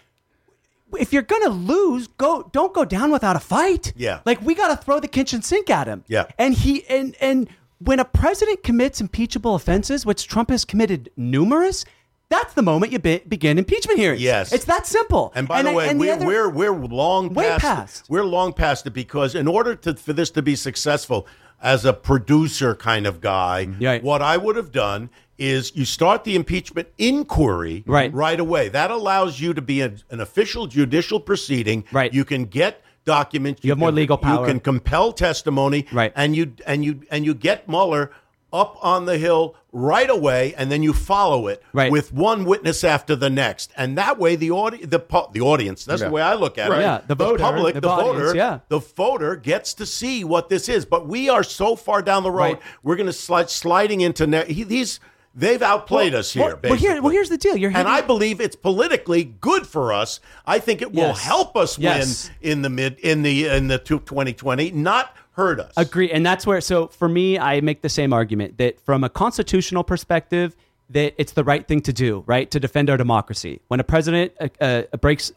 Speaker 1: if you're gonna lose, go don't go down without a fight.
Speaker 3: Yeah.
Speaker 1: Like we gotta throw the kitchen sink at him.
Speaker 3: Yeah.
Speaker 1: And he and and when a president commits impeachable offenses, which Trump has committed numerous, that's the moment you be- begin impeachment hearings.
Speaker 3: Yes.
Speaker 1: it's that simple.
Speaker 3: And by the
Speaker 1: I-
Speaker 3: way,
Speaker 1: and
Speaker 3: we're,
Speaker 1: other-
Speaker 3: we're we're long
Speaker 1: Way
Speaker 3: past,
Speaker 1: past.
Speaker 3: We're long past it because in order to for this to be successful as a producer kind of guy,
Speaker 1: Yeah.
Speaker 3: what I would have done is you start the impeachment inquiry
Speaker 1: Right.
Speaker 3: away. That allows you to be an- an official judicial proceeding.
Speaker 1: Right.
Speaker 3: You can get documents. You,
Speaker 1: have more
Speaker 3: can-
Speaker 1: legal power.
Speaker 3: You can compel testimony.
Speaker 1: Right.
Speaker 3: And you and you and you get Mueller up on the hill right away, and then you follow it
Speaker 1: Right.
Speaker 3: with one witness after the next, and that way the audi- the pu- the audience. That's
Speaker 2: Yeah.
Speaker 3: the way I look at
Speaker 1: Right.
Speaker 3: it.
Speaker 1: Yeah, the voter,
Speaker 3: public,
Speaker 1: the
Speaker 3: the,
Speaker 1: audience,
Speaker 3: voter,
Speaker 1: yeah.
Speaker 3: the voter gets to see what this is. But we are so far down the road,
Speaker 1: Right.
Speaker 3: we're going to slide sliding into ne- he, these. They've outplayed us here.
Speaker 1: well, well, here- well,
Speaker 3: basically.
Speaker 1: here's the deal. You're
Speaker 3: and
Speaker 1: hitting-
Speaker 3: I believe it's politically good for us. I think it will
Speaker 1: Yes.
Speaker 3: help us
Speaker 1: Yes.
Speaker 3: win in the mid in the in the two- 2020, not hurt us.
Speaker 1: Agree. And that's where, so for me, I make the same argument that from a constitutional perspective, that it's the right thing to do, right? To defend our democracy. When a president uh, uh, breaks,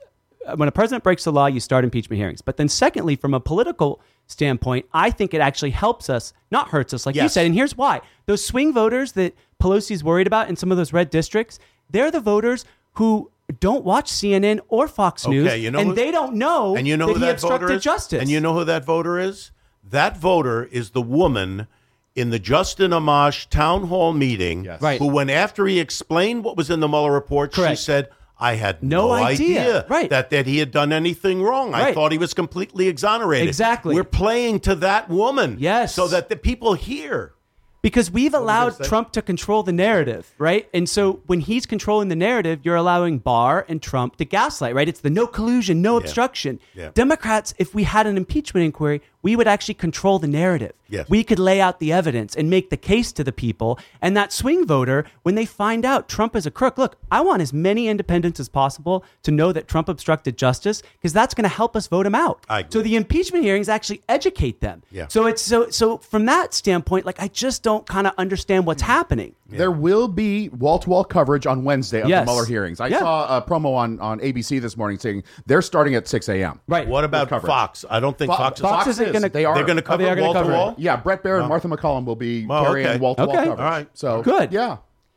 Speaker 1: uh, when a president breaks the law, you start impeachment hearings. But then, secondly, from a political standpoint, I think it actually helps us, not hurts us, like you
Speaker 3: Yes.
Speaker 1: said. And here's why: those swing voters that Pelosi's worried about in some of those red districts, they're the voters who don't watch CNN or Fox News,
Speaker 3: you know
Speaker 1: and
Speaker 3: who-
Speaker 1: they don't know,
Speaker 3: And you know
Speaker 1: that
Speaker 3: who
Speaker 1: he
Speaker 3: that
Speaker 1: obstructed
Speaker 3: voter is?
Speaker 1: justice.
Speaker 3: And you know who that voter is? That voter is the woman in the Justin Amash town hall meeting
Speaker 2: Yes.
Speaker 1: Right.
Speaker 3: who, when after he explained what was in the Mueller report,
Speaker 1: Correct.
Speaker 3: she said, I had
Speaker 1: No
Speaker 3: no,
Speaker 1: idea." Right.
Speaker 3: that, that he had done anything wrong. I
Speaker 1: Right.
Speaker 3: thought he was completely exonerated.
Speaker 1: Exactly.
Speaker 3: We're playing to that woman.
Speaker 1: Yes.
Speaker 3: So that the people hear.
Speaker 1: because we've allowed
Speaker 3: gonna say?
Speaker 1: Trump to control the narrative, right? And so when he's controlling the narrative, you're allowing Barr and Trump to gaslight, right? It's the no collusion, no obstruction.
Speaker 3: Yeah.
Speaker 1: Democrats, if we had an impeachment inquiry, we would actually control the narrative.
Speaker 3: Yes.
Speaker 1: We could lay out the evidence and make the case to the people. And that swing voter, when they find out Trump is a crook, look, I want as many independents as possible to know that Trump obstructed justice because that's going to help us vote him out.
Speaker 3: I agree.
Speaker 1: So the impeachment hearings actually educate them.
Speaker 3: Yeah.
Speaker 1: So it's so so from that standpoint, like I just don't kind of understand
Speaker 3: Mm.
Speaker 1: what's happening.
Speaker 2: There will be wall to wall coverage on Wednesday of
Speaker 1: Yes.
Speaker 2: the Mueller hearings. I
Speaker 1: Yeah.
Speaker 2: saw a promo on, on ABC this morning saying they're starting at 6 a.m.
Speaker 1: Right.
Speaker 3: What about
Speaker 2: coverage.
Speaker 3: Fox? I don't think
Speaker 2: Fo-
Speaker 3: Fox,
Speaker 1: Fox
Speaker 3: is.
Speaker 1: isn't gonna-
Speaker 2: They are.
Speaker 3: They're going to cover
Speaker 1: they are gonna
Speaker 3: wall to
Speaker 1: cover it.
Speaker 3: wall?
Speaker 2: Yeah, Brett Baer and Martha McCollum will be
Speaker 3: Oh,
Speaker 2: carrying
Speaker 3: okay.
Speaker 2: wall to wall
Speaker 1: Okay.
Speaker 2: coverage.
Speaker 3: All right.
Speaker 2: So
Speaker 1: Good.
Speaker 2: Yeah.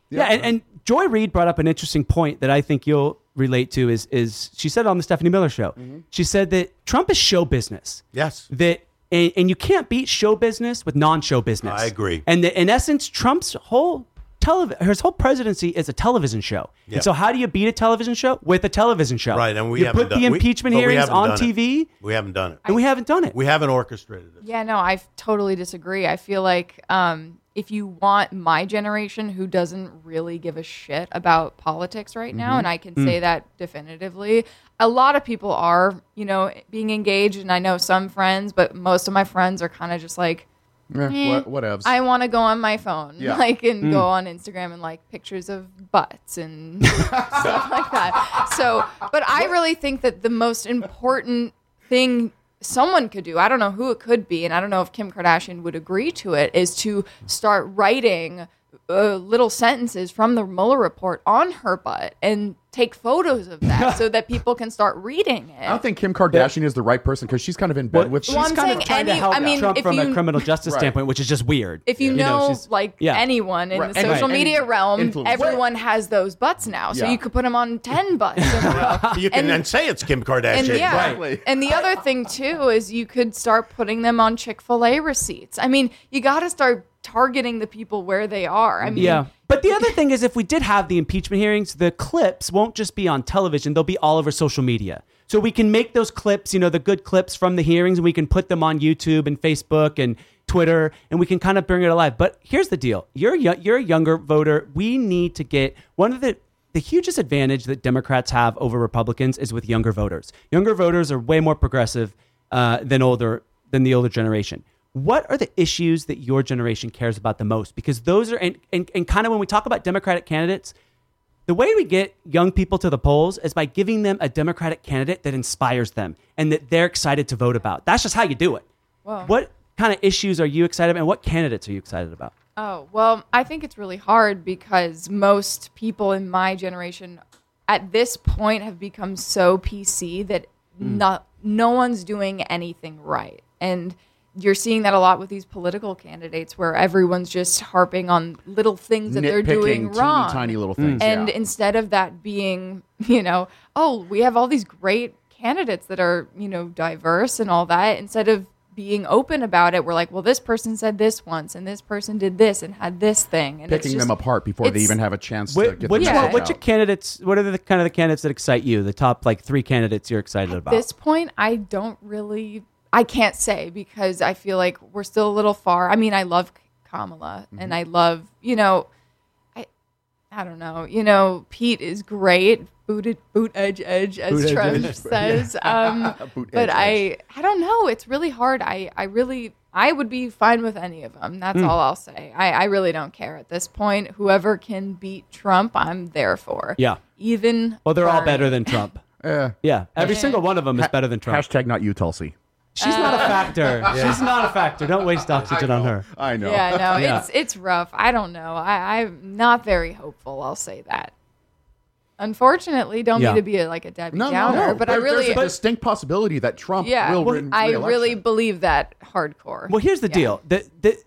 Speaker 1: Yeah, and, and Joy Reid brought up an interesting point that I think you'll relate to is is she said on the Stephanie Miller show.
Speaker 3: Mm-hmm.
Speaker 1: She said that Trump is show business.
Speaker 3: Yes.
Speaker 1: That and, and you can't beat show business with non-show business.
Speaker 3: I agree.
Speaker 1: And that in essence, Trump's whole telev- his whole presidency is a television show.
Speaker 3: Yeah.
Speaker 1: And so, how do you beat a television show with a television show?
Speaker 3: Right. And we
Speaker 1: you
Speaker 3: haven't
Speaker 1: put
Speaker 3: done
Speaker 1: the
Speaker 3: we-
Speaker 1: impeachment
Speaker 3: but we
Speaker 1: hearings
Speaker 3: haven't
Speaker 1: on
Speaker 3: done it.
Speaker 1: TV,
Speaker 3: We haven't done it.
Speaker 1: and we haven't done it.
Speaker 3: We haven't orchestrated it.
Speaker 4: Yeah, no, I f- totally disagree. I feel like um, if you want my generation who doesn't really give a shit about politics right now, and I can say that definitively, a lot of people are, you know, being engaged, and I know some friends, but most of my friends are kind of just like,
Speaker 2: Eh, what, whatevs.
Speaker 4: I want to go on my phone,
Speaker 2: Yeah.
Speaker 4: like, and go on Instagram and like pictures of butts and stuff like that. So, but I really think that the most important thing someone could do, I don't know who it could be, and I don't know if Kim Kardashian would agree to it, is to start writing uh, little sentences from the Mueller report on her butt and take photos of that so that people can start reading it.
Speaker 2: I don't think Kim Kardashian is the right person because she's kind of in bed with.
Speaker 1: she's
Speaker 4: Well, I'm
Speaker 1: kind
Speaker 4: saying
Speaker 1: of trying to
Speaker 4: any-
Speaker 1: help
Speaker 4: I mean,
Speaker 1: Trump
Speaker 4: if
Speaker 1: from a
Speaker 4: you-
Speaker 1: criminal justice
Speaker 2: Right.
Speaker 1: standpoint, which is just weird.
Speaker 4: if you
Speaker 1: You know,
Speaker 4: know,
Speaker 1: she's-
Speaker 4: like
Speaker 1: yeah.
Speaker 4: anyone in
Speaker 2: Right,
Speaker 4: the
Speaker 2: any-
Speaker 4: social
Speaker 2: any
Speaker 4: media realm,
Speaker 2: influencer.
Speaker 4: everyone has those butts now. So
Speaker 2: Yeah.
Speaker 4: you could put them on 10 butts. in a row.
Speaker 3: You can
Speaker 4: And-
Speaker 3: then say it's Kim Kardashian.
Speaker 4: And yeah,
Speaker 2: Exactly.
Speaker 4: and the other thing too is you could start putting them on Chick Fil A receipts. I mean, you got to start targeting the people where they are. I mean,
Speaker 1: Yeah. But the other thing is, if we did have the impeachment hearings, the clips won't just be on television, they'll be all over social media. So we can make those clips, you know, the good clips from the hearings, and we can put them on YouTube and Facebook and Twitter, and we can kind of bring it alive. But here's the deal you're, yo- you're a younger voter. We need to get one of the the hugest advantage that Democrats have over Republicans is with younger voters. Younger voters are way more progressive uh, than older than the older generation. What are the issues that your generation cares about the most? Because those are and, and, and kind of when we talk about Democratic candidates, the way we get young people to the polls is by giving them a Democratic candidate that inspires them and that they're excited to vote about. That's just how you do it. What kind of issues are you excited about and what candidates are you excited about?
Speaker 4: Oh, well, I think it's really hard because most people in my generation at this point have become
Speaker 2: Hmm.
Speaker 4: so PC that not, no one's doing anything right. And you're seeing that a lot with these political candidates where everyone's just harping on little things that they're
Speaker 2: nitpicking
Speaker 4: doing
Speaker 2: teeny
Speaker 4: wrong.
Speaker 2: tiny little things.
Speaker 4: and
Speaker 2: yeah.
Speaker 4: instead of that being, you know, oh, we have all these great candidates that are, you know, diverse and all that, instead of being open about it, we're like, well, this person said this once and this person did this and had this thing. And it's
Speaker 2: picking
Speaker 4: just-
Speaker 2: them apart before they
Speaker 4: it's-
Speaker 2: even have a chance to
Speaker 1: Wh-
Speaker 2: get
Speaker 1: which
Speaker 2: the
Speaker 1: one,
Speaker 4: message
Speaker 1: which candidates? What are the kind of the candidates that excite you? The top like three candidates you're excited about?
Speaker 4: this point, I don't really, I can't say because I feel like we're still a little far. I mean, I love Kamala
Speaker 1: Mm-hmm.
Speaker 4: and I love, you know, I, I don't know, you know, Pete is great, booted, boot edge edge as
Speaker 1: Boot edge
Speaker 4: Trump
Speaker 1: edge.
Speaker 4: says. Um,
Speaker 2: Boot
Speaker 4: but
Speaker 2: edge
Speaker 4: I, I don't know. It's really hard. I, I really, I would be fine with any of them.
Speaker 1: Hmm.
Speaker 4: That's all I'll say. I, I really don't care at this point. Whoever can beat Trump, I'm there for.
Speaker 1: Yeah.
Speaker 4: Even
Speaker 1: Well, they're all
Speaker 4: Bernie.
Speaker 1: better than Trump. yeah, every single one of them is better than Trump.
Speaker 2: Hashtag not you, Tulsi.
Speaker 1: She's not a factor. She's not a factor. Don't waste oxygen on her.
Speaker 2: I know.
Speaker 4: Yeah, no,
Speaker 1: Yeah.
Speaker 4: it's it's rough. I don't know. I, I'm not very hopeful. I'll say that. Unfortunately, don't
Speaker 1: Yeah.
Speaker 4: mean to be a, like a Debbie
Speaker 2: No, no,
Speaker 4: Downer,
Speaker 2: no.
Speaker 4: but I really,
Speaker 2: there's a distinct possibility that Trump
Speaker 4: yeah,
Speaker 2: will win.
Speaker 4: I
Speaker 2: re-election.
Speaker 4: really believe that hardcore.
Speaker 1: Well, here's the
Speaker 4: Yeah.
Speaker 1: deal: that that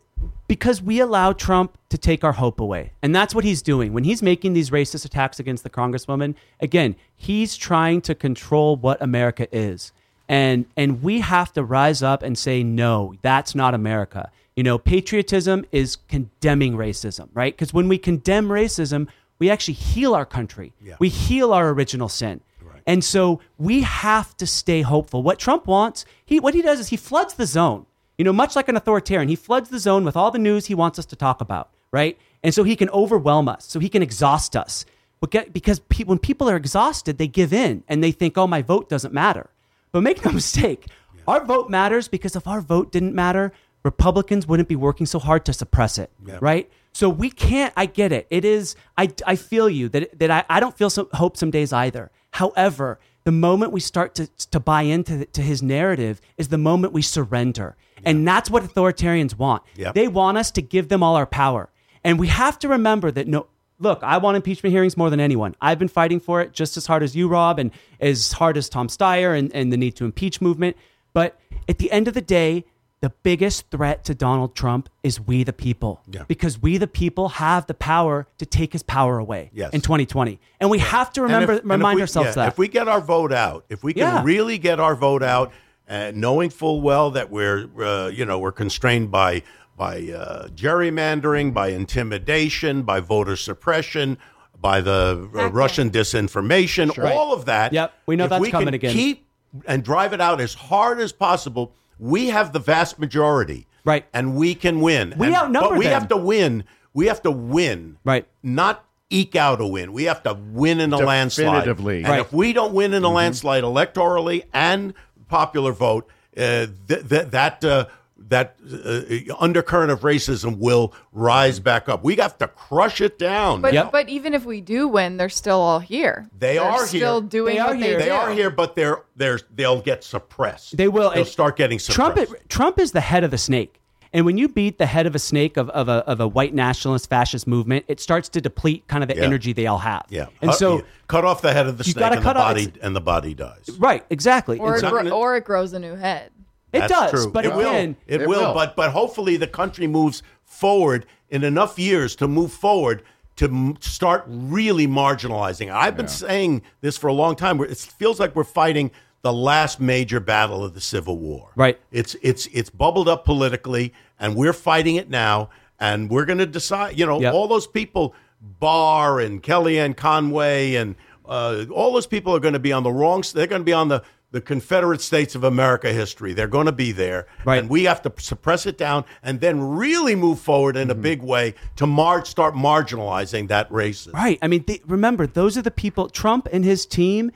Speaker 1: because we allow Trump to take our hope away, and that's what he's doing when he's making these racist attacks against the congresswoman. Again, he's trying to control what America is, and and we have to rise up and say no, that's not America. You know, patriotism is condemning racism, right? Because when we condemn racism, we actually heal our country. We heal our original sin. And so we have to stay hopeful. What Trump wants, he what he does is he floods the zone. You know, much like an authoritarian, he floods the zone with all the news he wants us to talk about, right? And so he can overwhelm us, so he can exhaust us. But get, because pe- when people are exhausted, they give in and they think, oh, my vote doesn't matter. But make no mistake, our vote matters because if our vote didn't matter, Republicans wouldn't be working so hard to suppress it, right? So we can't, I get it. It is, I, I feel you that, that I, I don't feel some, hope some days either. However, the moment we start to, to buy into to his narrative is the moment we surrender. And that's what authoritarians want.
Speaker 3: Yep.
Speaker 1: They want us to give them all our power. And we have to remember that no, look, I want impeachment hearings more than anyone. I've been fighting for it just as hard as you, Rob, and as hard as Tom Steyer and, and the need to impeach movement. But at the end of the day, the biggest threat to Donald Trump is we the people.
Speaker 3: Yeah.
Speaker 1: Because we the people have the power to take his power away
Speaker 3: Yes.
Speaker 1: in 2020. And we have to
Speaker 3: And
Speaker 1: remember
Speaker 3: if- and if
Speaker 1: remind
Speaker 3: we-
Speaker 1: ourselves
Speaker 3: yeah,
Speaker 1: that.
Speaker 3: if we get our vote out, if we can
Speaker 1: Yeah.
Speaker 3: really get our vote out, uh, knowing full well that we're uh, you know we're constrained by by uh, gerrymandering, by intimidation, by voter suppression. By the uh, Russian disinformation, all of that.
Speaker 1: Yep, we know
Speaker 3: if
Speaker 1: that's
Speaker 3: we
Speaker 1: coming
Speaker 3: can
Speaker 1: again.
Speaker 3: Keep and drive it out as hard as possible. We have the vast majority,
Speaker 1: Right.
Speaker 3: And we can win.
Speaker 1: We
Speaker 3: And-
Speaker 1: outnumber
Speaker 3: but we
Speaker 1: them.
Speaker 3: have to win. We have to win,
Speaker 1: Right.
Speaker 3: Not eke out a win. We have to win in a landslide.
Speaker 2: Definitively.
Speaker 3: And
Speaker 1: Right.
Speaker 3: if we don't win in a landslide electorally and popular vote, uh, th- th- that uh, that uh, undercurrent of racism will rise back up. We have to crush it down.
Speaker 4: But
Speaker 1: Yep.
Speaker 4: but even if we do win, they're still all here.
Speaker 3: They
Speaker 4: They're
Speaker 3: are here.
Speaker 4: still doing
Speaker 1: They are
Speaker 4: what they
Speaker 1: here.
Speaker 3: they
Speaker 4: do.
Speaker 3: are here, but they're they're they'll get suppressed.
Speaker 1: They will.
Speaker 3: They'll
Speaker 1: And
Speaker 3: start getting suppressed.
Speaker 1: Trump, Trump is the head of the snake. And when you beat the head of a snake of, of, a, of a white nationalist fascist movement, it starts to deplete kind of the
Speaker 3: Yeah.
Speaker 1: energy they all have.
Speaker 3: yeah.
Speaker 1: And
Speaker 3: Uh,
Speaker 1: so,
Speaker 3: yeah. cut off the head of the snake,
Speaker 1: gotta
Speaker 3: and
Speaker 1: cut
Speaker 3: the
Speaker 1: off-
Speaker 3: body
Speaker 1: it's-
Speaker 3: and the body dies.
Speaker 1: right, exactly.
Speaker 4: Or,
Speaker 1: And
Speaker 4: it
Speaker 1: so-
Speaker 3: not
Speaker 4: gr-
Speaker 3: gonna-
Speaker 4: or it grows a new head.
Speaker 1: it
Speaker 3: That's
Speaker 1: does.
Speaker 3: true.
Speaker 1: But
Speaker 3: it
Speaker 1: again,
Speaker 3: will. It,
Speaker 2: It
Speaker 3: will.
Speaker 2: will.
Speaker 3: But but hopefully the country moves forward in enough years to move forward to m- start really marginalizing. I've been saying this for a long time. Where it feels like we're fighting the last major battle of the Civil War.
Speaker 1: Right.
Speaker 3: It's it's it's bubbled up politically, and we're fighting it now. And we're going to decide. You know,
Speaker 1: Yep.
Speaker 3: all those people, Barr and Kellyanne Conway, and uh, all those people are going to be on the wrong. s- They're going to be on the the Confederate States of America history. They're going to be there,
Speaker 1: Right.
Speaker 3: and we have to suppress it down, and then really move forward
Speaker 1: Mm-hmm.
Speaker 3: in a big way to march, start marginalizing that racism.
Speaker 1: Right. I mean, they, remember, those are the people, Trump and his team,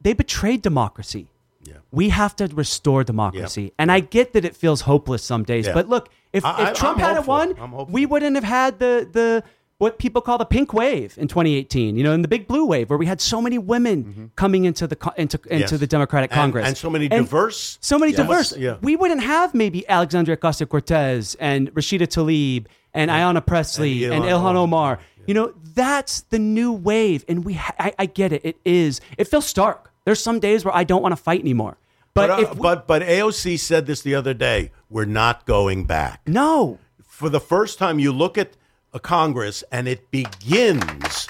Speaker 1: they betrayed democracy. Yeah. We have to restore democracy.
Speaker 3: Yeah.
Speaker 1: And I get that it feels hopeless some days,
Speaker 3: Yeah.
Speaker 1: but look, if,
Speaker 3: I- I-
Speaker 1: if Trump
Speaker 3: I'm
Speaker 1: hadn't
Speaker 3: hopeful. I'm
Speaker 1: won,
Speaker 3: hopeful.
Speaker 1: we wouldn't have had the, the what people call the pink wave in 2018, you know, in the big blue wave where we had so many women coming into the, co- into, into
Speaker 3: Mm-hmm. Yes.
Speaker 1: the Democratic
Speaker 3: And-
Speaker 1: Congress.
Speaker 3: and so many diverse-
Speaker 1: So many
Speaker 3: Yeah.
Speaker 1: diverse.
Speaker 3: Yeah.
Speaker 1: We wouldn't have maybe Alexandria Ocasio-Cortez and Rashida Tlaib and Ayanna Presley
Speaker 3: And
Speaker 1: and
Speaker 3: Ilhan
Speaker 1: Ilhan Omar. You know, that's the new wave, and we. Ha- I, I get it. It is. It feels stark. There's some days where I don't want to fight anymore. But,
Speaker 3: But, uh,
Speaker 1: if we-
Speaker 3: but but AOC said this the other day. We're not going back.
Speaker 1: no,
Speaker 3: For the first time, you look at a Congress and it begins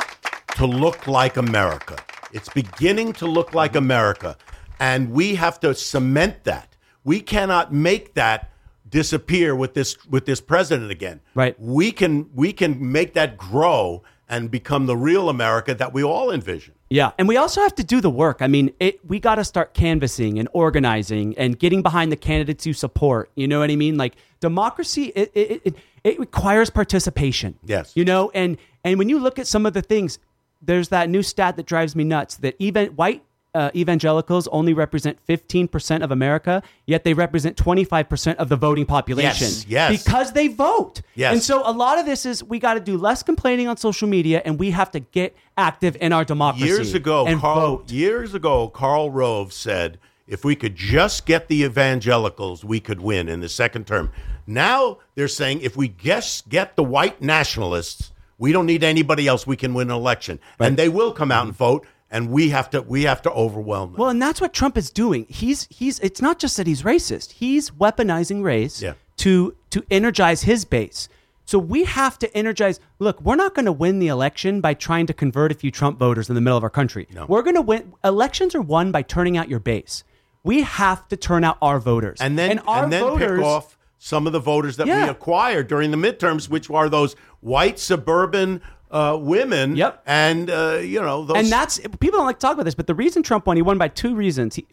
Speaker 3: to look like America. It's beginning to look like America, and we have to cement that. We cannot make that disappear with this with this president again.
Speaker 1: Right.
Speaker 3: We can we can make that grow and become the real America that we all envision.
Speaker 1: Yeah, and we also have to do the work. I mean, it, we got to start canvassing and organizing and getting behind the candidates you support. You know what I mean? Like democracy, it it, it, it requires participation.
Speaker 3: Yes.
Speaker 1: you know, and and when you look at some of the things, there's that new stat that drives me nuts that even white uh, evangelicals only represent 15% of America, yet they represent 25% of the voting population.
Speaker 3: yes.
Speaker 1: because they vote.
Speaker 3: Yes.
Speaker 1: and so a lot of this is we got to do less complaining on social media, and we have to get active in our democracy
Speaker 3: Years ago,
Speaker 1: and
Speaker 3: Carl,
Speaker 1: vote.
Speaker 3: years ago, Carl Rove said, "If we could just get the evangelicals, we could win in the second term." Now they're saying, "If we just get the white nationalists, we don't need anybody else. We can win an election, and they will come out and vote." And we have to we have to overwhelm them.
Speaker 1: Well, and that's what Trump is doing. He's he's it's not just that he's racist. He's weaponizing race
Speaker 3: Yeah.
Speaker 1: to to energize his base. So we have to energize. Look, we're not going to win the election by trying to convert a few Trump voters in the middle of our country. We're going to win elections are won by turning out your base. We have to turn out our voters.
Speaker 3: and then and,
Speaker 1: our
Speaker 3: then
Speaker 1: voters,
Speaker 3: pick off some of the voters that
Speaker 1: Yeah.
Speaker 3: we acquired during the midterms, which are those white suburban uh, women.
Speaker 1: Yep.
Speaker 3: and uh, you know those
Speaker 1: And that's people don't like to talk about this, but the reason Trump won, he won by two reasons. He,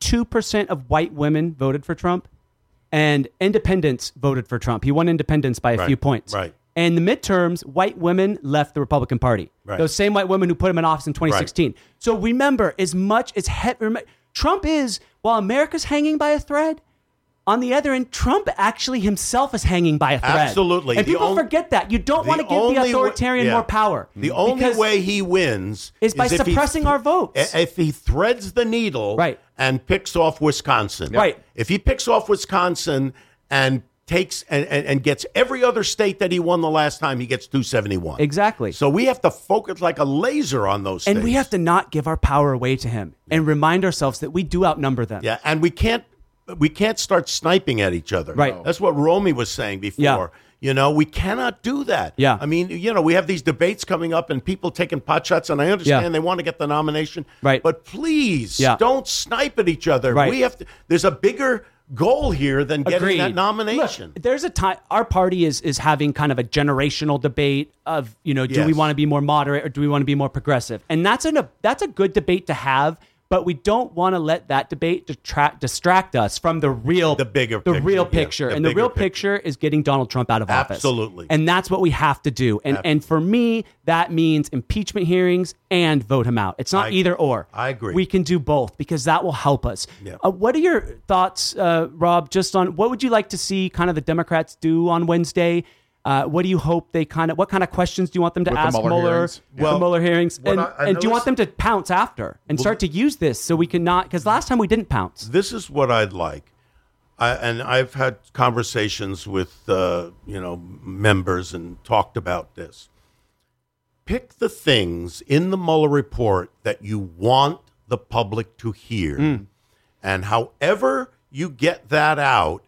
Speaker 1: 52% of white women voted for Trump, and independents voted for Trump. He won independents by a
Speaker 3: Right,
Speaker 1: few points.
Speaker 3: right.
Speaker 1: And the midterms, white women left the Republican Party.
Speaker 3: Right.
Speaker 1: Those same white women who put him in office in 2016. So remember, as much as he- rem- Trump is, while America's hanging by a thread, on the other end, Trump actually himself is hanging by a thread.
Speaker 3: Absolutely.
Speaker 1: And
Speaker 3: The
Speaker 1: people
Speaker 3: on-
Speaker 1: forget that. You don't
Speaker 3: the
Speaker 1: want to give
Speaker 3: only
Speaker 1: the
Speaker 3: way-
Speaker 1: authoritarian
Speaker 3: yeah.
Speaker 1: more power.
Speaker 3: The only
Speaker 1: Because-
Speaker 3: way he wins
Speaker 1: Is by
Speaker 3: if he
Speaker 1: suppressing our votes.
Speaker 3: i- If he threads the needle
Speaker 1: Right.
Speaker 3: and picks off Wisconsin.
Speaker 1: Right.
Speaker 3: If he picks off Wisconsin and takes and, and, and gets every other state that he won the last time, he gets 271.
Speaker 1: Exactly.
Speaker 3: So we have to focus like a laser on those
Speaker 1: and
Speaker 3: states.
Speaker 1: we have to not give our power away to him and remind ourselves that we do outnumber them.
Speaker 3: Yeah, and we can't we can't start sniping at each other.
Speaker 1: Right. No.
Speaker 3: That's what Romy was saying before.
Speaker 1: Yeah.
Speaker 3: You know, we cannot do that.
Speaker 1: Yeah.
Speaker 3: I mean, you know, we have these debates coming up and people taking pot shots, and I understand
Speaker 1: Yeah.
Speaker 3: they want to get the nomination.
Speaker 1: Right.
Speaker 3: But please
Speaker 1: Yeah.
Speaker 3: don't snipe at each other.
Speaker 1: Right.
Speaker 3: We have to there's a bigger goal here than getting
Speaker 1: Agreed.
Speaker 3: that nomination.
Speaker 1: Look, there's a time our party is is having kind of a generational debate of you know do we
Speaker 3: Yes.
Speaker 1: want to be more moderate or do we want to be more progressive, and that's an, a that's a good debate to have. But we don't want to let that debate detract, distract us from the real,
Speaker 3: The bigger
Speaker 1: the
Speaker 3: picture,
Speaker 1: real
Speaker 3: yeah.
Speaker 1: picture,
Speaker 3: The
Speaker 1: and the
Speaker 3: bigger
Speaker 1: real picture
Speaker 3: picture.
Speaker 1: is getting Donald Trump out of office.
Speaker 3: Absolutely.
Speaker 1: and that's what we have to do. And and for me, that means impeachment hearings and vote him out. It's not
Speaker 3: I-
Speaker 1: either or.
Speaker 3: I agree.
Speaker 1: We can do both because that will help us.
Speaker 3: Yeah.
Speaker 1: Uh, what are your thoughts, uh, Rob, just on what would you like to see kind of the Democrats do on Wednesday? Uh, what do you hope they kind of, what kind of questions do you want them to
Speaker 2: With the
Speaker 1: ask
Speaker 2: Mueller
Speaker 1: Mueller,
Speaker 2: hearings.
Speaker 1: with the Mueller hearings? And,
Speaker 3: I- I
Speaker 1: and do you want
Speaker 3: noticed-
Speaker 1: them to pounce after and start to use this so we can not, because last time we didn't pounce.
Speaker 3: this is what I'd like. I, and I've had conversations with uh, you know members and talked about this. Pick the things in the Mueller report that you want the public to hear, and however you get that out,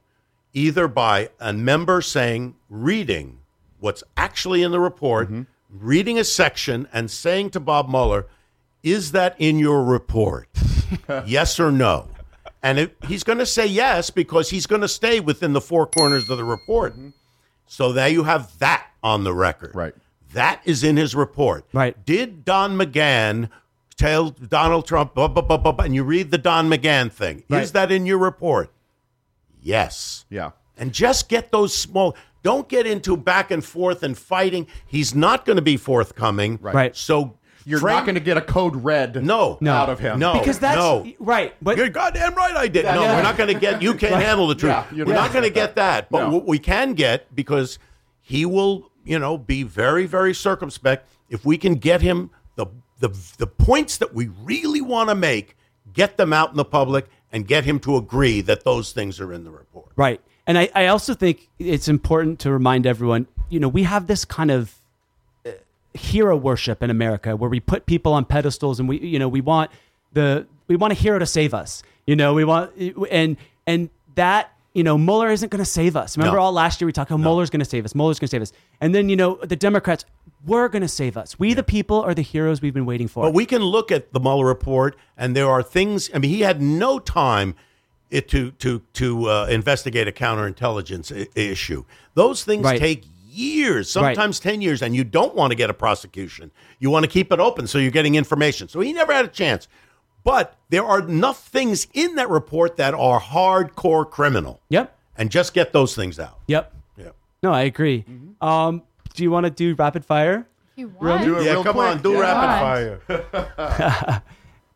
Speaker 3: either by a member saying reading what's actually in the report, reading a section, and saying to Bob Mueller, "Is that in your report?" yes or no? And it, he's going to say yes because he's going to stay within the four corners of the report. So there you have that on the record.
Speaker 2: Right.
Speaker 3: That is in his report.
Speaker 1: Right.
Speaker 3: Did Don McGahn tell Donald Trump, blah, blah, blah, blah, blah, and you read the Don McGahn thing?
Speaker 1: Right.
Speaker 3: Is that in your report? Yes
Speaker 2: Yeah.
Speaker 3: and just get those small. Don't get into back and forth and fighting. He's not going to be forthcoming.
Speaker 2: Right.
Speaker 1: Right.
Speaker 3: So
Speaker 2: You're
Speaker 3: frame-
Speaker 2: not going to get a code red
Speaker 3: No. No.
Speaker 2: out of him.
Speaker 3: No.
Speaker 1: Because that's,
Speaker 3: no.
Speaker 1: right. But
Speaker 3: You're goddamn right I did. no,
Speaker 2: Yeah.
Speaker 3: we're not going to get. You can't handle the truth.
Speaker 2: Yeah, you're
Speaker 3: we're
Speaker 2: not
Speaker 3: not going to get that. But
Speaker 2: No.
Speaker 3: what we can get because he will, you know, be very very circumspect. If we can get him the the the points that we really want to make, get them out in the public, and get him to agree that those things are in the report.
Speaker 1: Right. And I, I also think it's important to remind everyone, you know, we have this kind of uh, hero worship in America where we put people on pedestals and we, you know, we want the we want a hero to save us. You know, we want and and that you know Mueller isn't going to save us. Remember,
Speaker 3: No.
Speaker 1: all last year we talked how Mueller's going to save us. Mueller's going to save us, and then you know the Democrats were going to save us. We the people are the heroes we've been waiting for.
Speaker 3: But we can look at the Mueller report, and there are things. I mean, he had no time it to to to uh, investigate a counterintelligence I- issue. Those things
Speaker 1: Right.
Speaker 3: take years,
Speaker 1: Right.
Speaker 3: sometimes ten years, and you don't want to get a prosecution. You want to keep it open, so you're getting information. So he never had a chance. But there are enough things in that report that are hardcore criminal,
Speaker 1: yep,
Speaker 3: and just get those things out.
Speaker 1: yep.
Speaker 3: Yeah.
Speaker 1: No, I agree.
Speaker 3: Mm-hmm.
Speaker 1: Um, do you want to do rapid fire?
Speaker 4: You won.
Speaker 2: Do it
Speaker 3: Yeah,
Speaker 2: real
Speaker 3: come
Speaker 2: quick.
Speaker 3: on, do
Speaker 2: Yeah.
Speaker 3: rapid
Speaker 4: God.
Speaker 3: fire.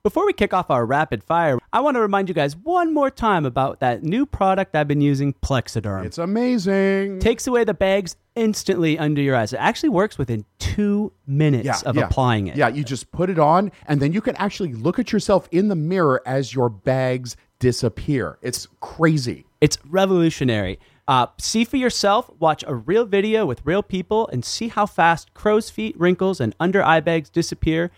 Speaker 1: Before we kick off our rapid fire, I want to remind you guys one more time about that new product I've been using, Plexiderm.
Speaker 2: It's amazing.
Speaker 1: takes away the bags instantly under your eyes. It actually works within two minutes of applying it.
Speaker 2: Yeah, you just put it on, and then you can actually look at yourself in the mirror as your bags disappear. It's crazy.
Speaker 1: It's revolutionary. Uh, see for yourself, watch a real video with real people, and see how fast crow's feet, wrinkles, and under eye bags disappear.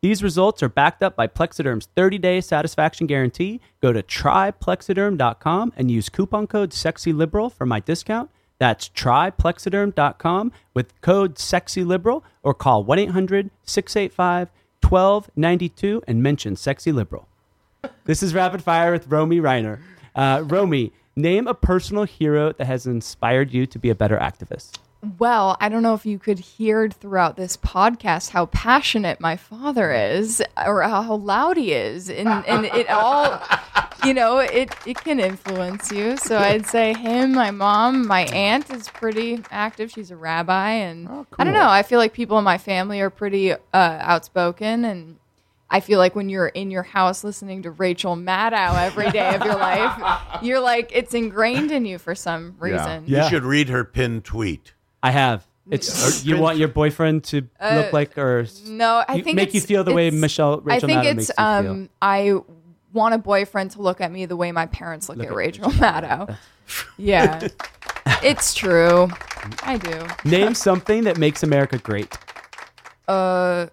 Speaker 1: These results are backed up by Plexiderm's 30 day satisfaction guarantee. Go to tryplexiderm.com and use coupon code SEXYLIBERAL for my discount. That's tryplexiderm.com with code SEXYLIBERAL or call 1 800 685 1292 and mention SEXYLIBERAL. This is Rapid Fire with Romy Reiner. Uh, Romy, name a personal hero that has inspired you to be a better activist.
Speaker 4: Well, I don't know if you could hear throughout this podcast how passionate my father is or how loud he is. And, and it all, you know, it, it can influence you. So I'd say him, my mom, my aunt is pretty active. She's a rabbi. And I don't know. I feel like people in my family are pretty uh, outspoken. And I feel like when you're in your house listening to Rachel Maddow every day of your life, you're like, it's ingrained in you for some reason.
Speaker 3: You should read her pinned tweet.
Speaker 1: I have. It's uh, you want your boyfriend to look like or
Speaker 4: Uh, No, I
Speaker 1: You-
Speaker 4: think
Speaker 1: make
Speaker 4: it's,
Speaker 1: you feel the way
Speaker 4: it's-
Speaker 1: Michelle- Rachel
Speaker 4: I think
Speaker 1: Maddow
Speaker 4: it's
Speaker 1: makes you
Speaker 4: um
Speaker 1: feel.
Speaker 4: I want a boyfriend to look at me the way my parents look, at,
Speaker 1: at
Speaker 4: Rachel Maddow. yeah. it's true. I do.
Speaker 1: name something that makes America great.
Speaker 4: Uh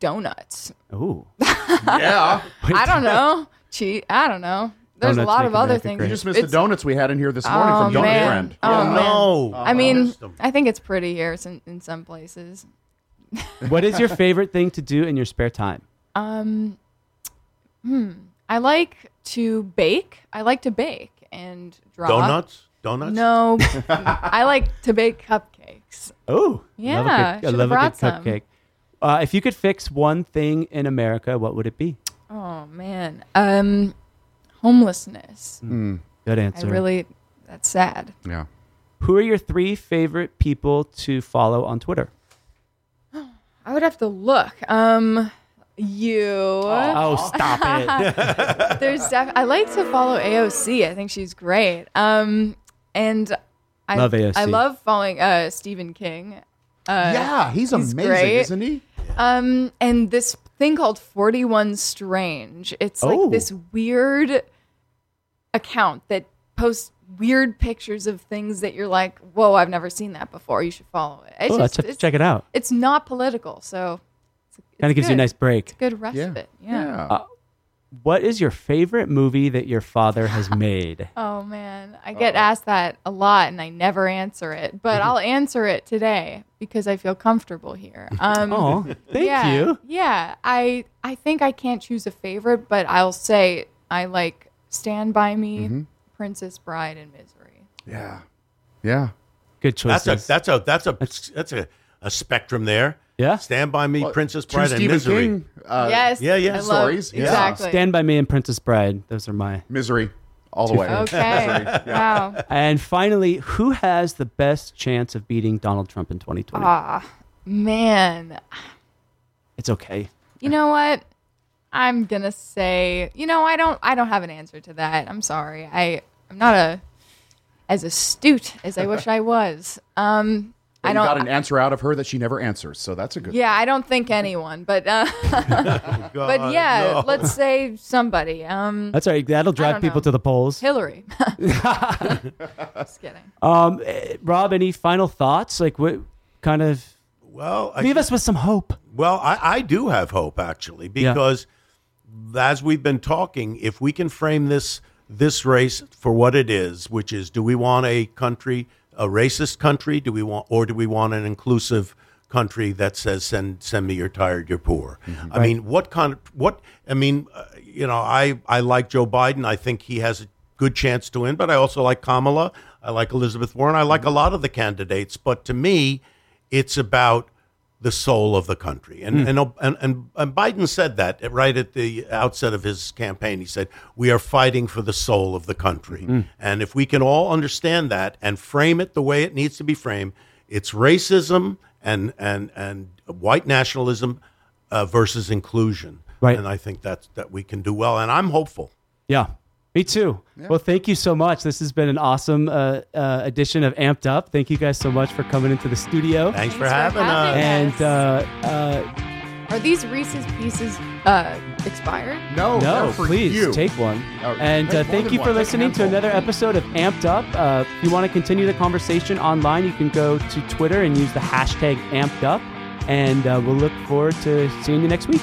Speaker 4: donuts.
Speaker 1: Ooh,
Speaker 2: Yeah.
Speaker 4: I don't know. Cheat. I don't know. There's
Speaker 1: Donuts
Speaker 4: a lot
Speaker 1: make
Speaker 4: of other
Speaker 1: America
Speaker 4: things.
Speaker 1: great.
Speaker 2: You just missed
Speaker 4: It's-
Speaker 2: the donuts we had in here this morning
Speaker 4: Oh,
Speaker 2: from Donut
Speaker 4: man.
Speaker 2: Friend.
Speaker 4: Oh,
Speaker 3: Yeah,
Speaker 4: man.
Speaker 3: no.
Speaker 4: I mean,
Speaker 3: Missed 'em.
Speaker 4: I think it's pretty here in, in some places.
Speaker 1: what is your favorite thing to do in your spare time?
Speaker 4: Um, hmm. I like to bake. I like to bake and draw.
Speaker 3: donuts, donuts.
Speaker 4: No, I like to bake cupcakes.
Speaker 1: Oh,
Speaker 4: Yeah,
Speaker 1: I
Speaker 4: should've
Speaker 1: love a good
Speaker 4: brought some.
Speaker 1: cupcake. Uh, if you could fix one thing in America, what would it be?
Speaker 4: Oh man, um, homelessness.
Speaker 1: Good
Speaker 4: I
Speaker 1: answer.
Speaker 4: really, that's sad.
Speaker 2: Yeah.
Speaker 1: Who are your three favorite people to follow on Twitter?
Speaker 4: I would have to look. Um, you.
Speaker 1: Oh, stop it!
Speaker 4: There's def- I like to follow AOC. I think she's great. Um, and I
Speaker 1: Love AOC.
Speaker 4: I love following uh Stephen King. Uh,
Speaker 2: yeah, he's, amazing,
Speaker 4: great.
Speaker 2: isn't he?
Speaker 4: Um, and this thing called Forty One Strange. It's
Speaker 1: Oh.
Speaker 4: like this weird account that posts weird pictures of things that you're like, "Whoa, I've never seen that before." You should follow it. It's
Speaker 1: Oh, let's
Speaker 4: just,
Speaker 1: have to
Speaker 4: it's,
Speaker 1: check it out.
Speaker 4: it's not political, so it's, it's
Speaker 1: Kind of gives you a
Speaker 4: good.
Speaker 1: nice break.
Speaker 4: good rest
Speaker 2: Yeah.
Speaker 4: of it. Yeah.
Speaker 1: What is your favorite movie that your father has made?
Speaker 4: Oh man, I get asked that a lot, and I never answer it.
Speaker 1: Mm-hmm.
Speaker 4: But I'll answer it today because I feel comfortable here. Um,
Speaker 1: Oh, thank
Speaker 4: yeah,
Speaker 1: you.
Speaker 4: Yeah, I I think I can't choose a favorite, but I'll say I like Stand by Me,
Speaker 1: Mm-hmm.
Speaker 4: Princess Bride, and Misery.
Speaker 2: yeah. Yeah.
Speaker 1: Good choices.
Speaker 3: That's a that's a that's a that's a, a spectrum there.
Speaker 1: Yeah.
Speaker 3: Stand by me, Princess
Speaker 2: Two
Speaker 3: Bride, and
Speaker 2: Stephen
Speaker 3: Misery.
Speaker 2: King uh,
Speaker 4: yes.
Speaker 3: yeah, yeah.
Speaker 4: I love-
Speaker 2: stories, yeah.
Speaker 4: Exactly.
Speaker 1: Stand by Me and Princess Bride. Those are my.
Speaker 2: Misery all the way.
Speaker 4: okay. Wow.
Speaker 1: And finally, who has the best chance of beating Donald Trump in 2020?
Speaker 4: Ah, man.
Speaker 1: it's okay.
Speaker 4: You know what? I'm gonna say. You know, I don't. I don't have an answer to that. I'm sorry. I. I'm not a as astute as I wish I was. Um.
Speaker 2: But
Speaker 4: I
Speaker 2: you
Speaker 4: don't.
Speaker 2: got an answer out of her that she never answers, so that's a good
Speaker 4: yeah, I don't think anyone, but uh, but
Speaker 3: God,
Speaker 4: yeah,
Speaker 3: no.
Speaker 4: let's say somebody. Um,
Speaker 1: That's all right. That'll drive
Speaker 4: don't
Speaker 1: people
Speaker 4: know.
Speaker 1: to the polls.
Speaker 4: Hillary. Just kidding.
Speaker 1: Um, eh, Rob, any final thoughts? Like, what kind of.
Speaker 3: Well, I,
Speaker 1: Leave us with some hope.
Speaker 3: well, I, I do have hope actually because as we've been talking, if we can frame this this race for what it is, which is, do we want a country a racist country? Do we want or do we want an inclusive country that says send send me you're tired, you're poor? I mean, what kind of what? I mean, uh, you know, I I like Joe Biden. I think he has a good chance to win, but I also like Kamala. I like Elizabeth Warren. I like a lot of the candidates, but to me, it's about the soul of the country. And, and, and, and Biden said that right at the outset of his campaign. He said, We are fighting for the soul of the country. And if we can all understand that and frame it the way it needs to be framed, it's racism and, and, and white nationalism uh, versus inclusion.
Speaker 1: Right.
Speaker 3: And I think that's, that we can do well. And I'm hopeful.
Speaker 1: Yeah, me too. Well, thank you so much. This has been an awesome uh, uh, edition of Amped Up. Thank you guys so much for coming into the studio.
Speaker 3: Thanks, for
Speaker 4: Thanks for
Speaker 3: having us.
Speaker 4: having
Speaker 1: And
Speaker 4: Yes.
Speaker 1: uh, uh,
Speaker 4: Are these Reese's pieces uh, expired?
Speaker 2: No,
Speaker 1: no,
Speaker 2: they're for
Speaker 1: please
Speaker 2: you.
Speaker 1: take one.
Speaker 2: Oh,
Speaker 1: and
Speaker 2: take
Speaker 1: uh,
Speaker 2: more
Speaker 1: thank
Speaker 2: than
Speaker 1: you
Speaker 2: one.
Speaker 1: for
Speaker 2: Take a
Speaker 1: listening to
Speaker 2: handful.
Speaker 1: another episode of Amped Up. Uh, if you want to continue the conversation online, you can go to Twitter and use the hashtag Amped Up. And uh, we'll look forward to seeing you next week.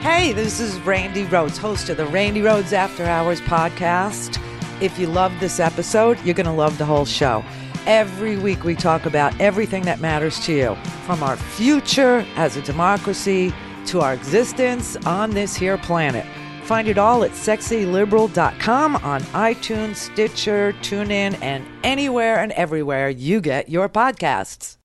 Speaker 5: Hey, this is Randy Rhodes, host of the Randy Rhodes After Hours podcast. If you love this episode, you're going to love the whole show. Every week, we talk about everything that matters to you from our future as a democracy to our existence on this here planet. Find it all at sexyliberal.com on iTunes, Stitcher, TuneIn, and anywhere and everywhere you get your podcasts.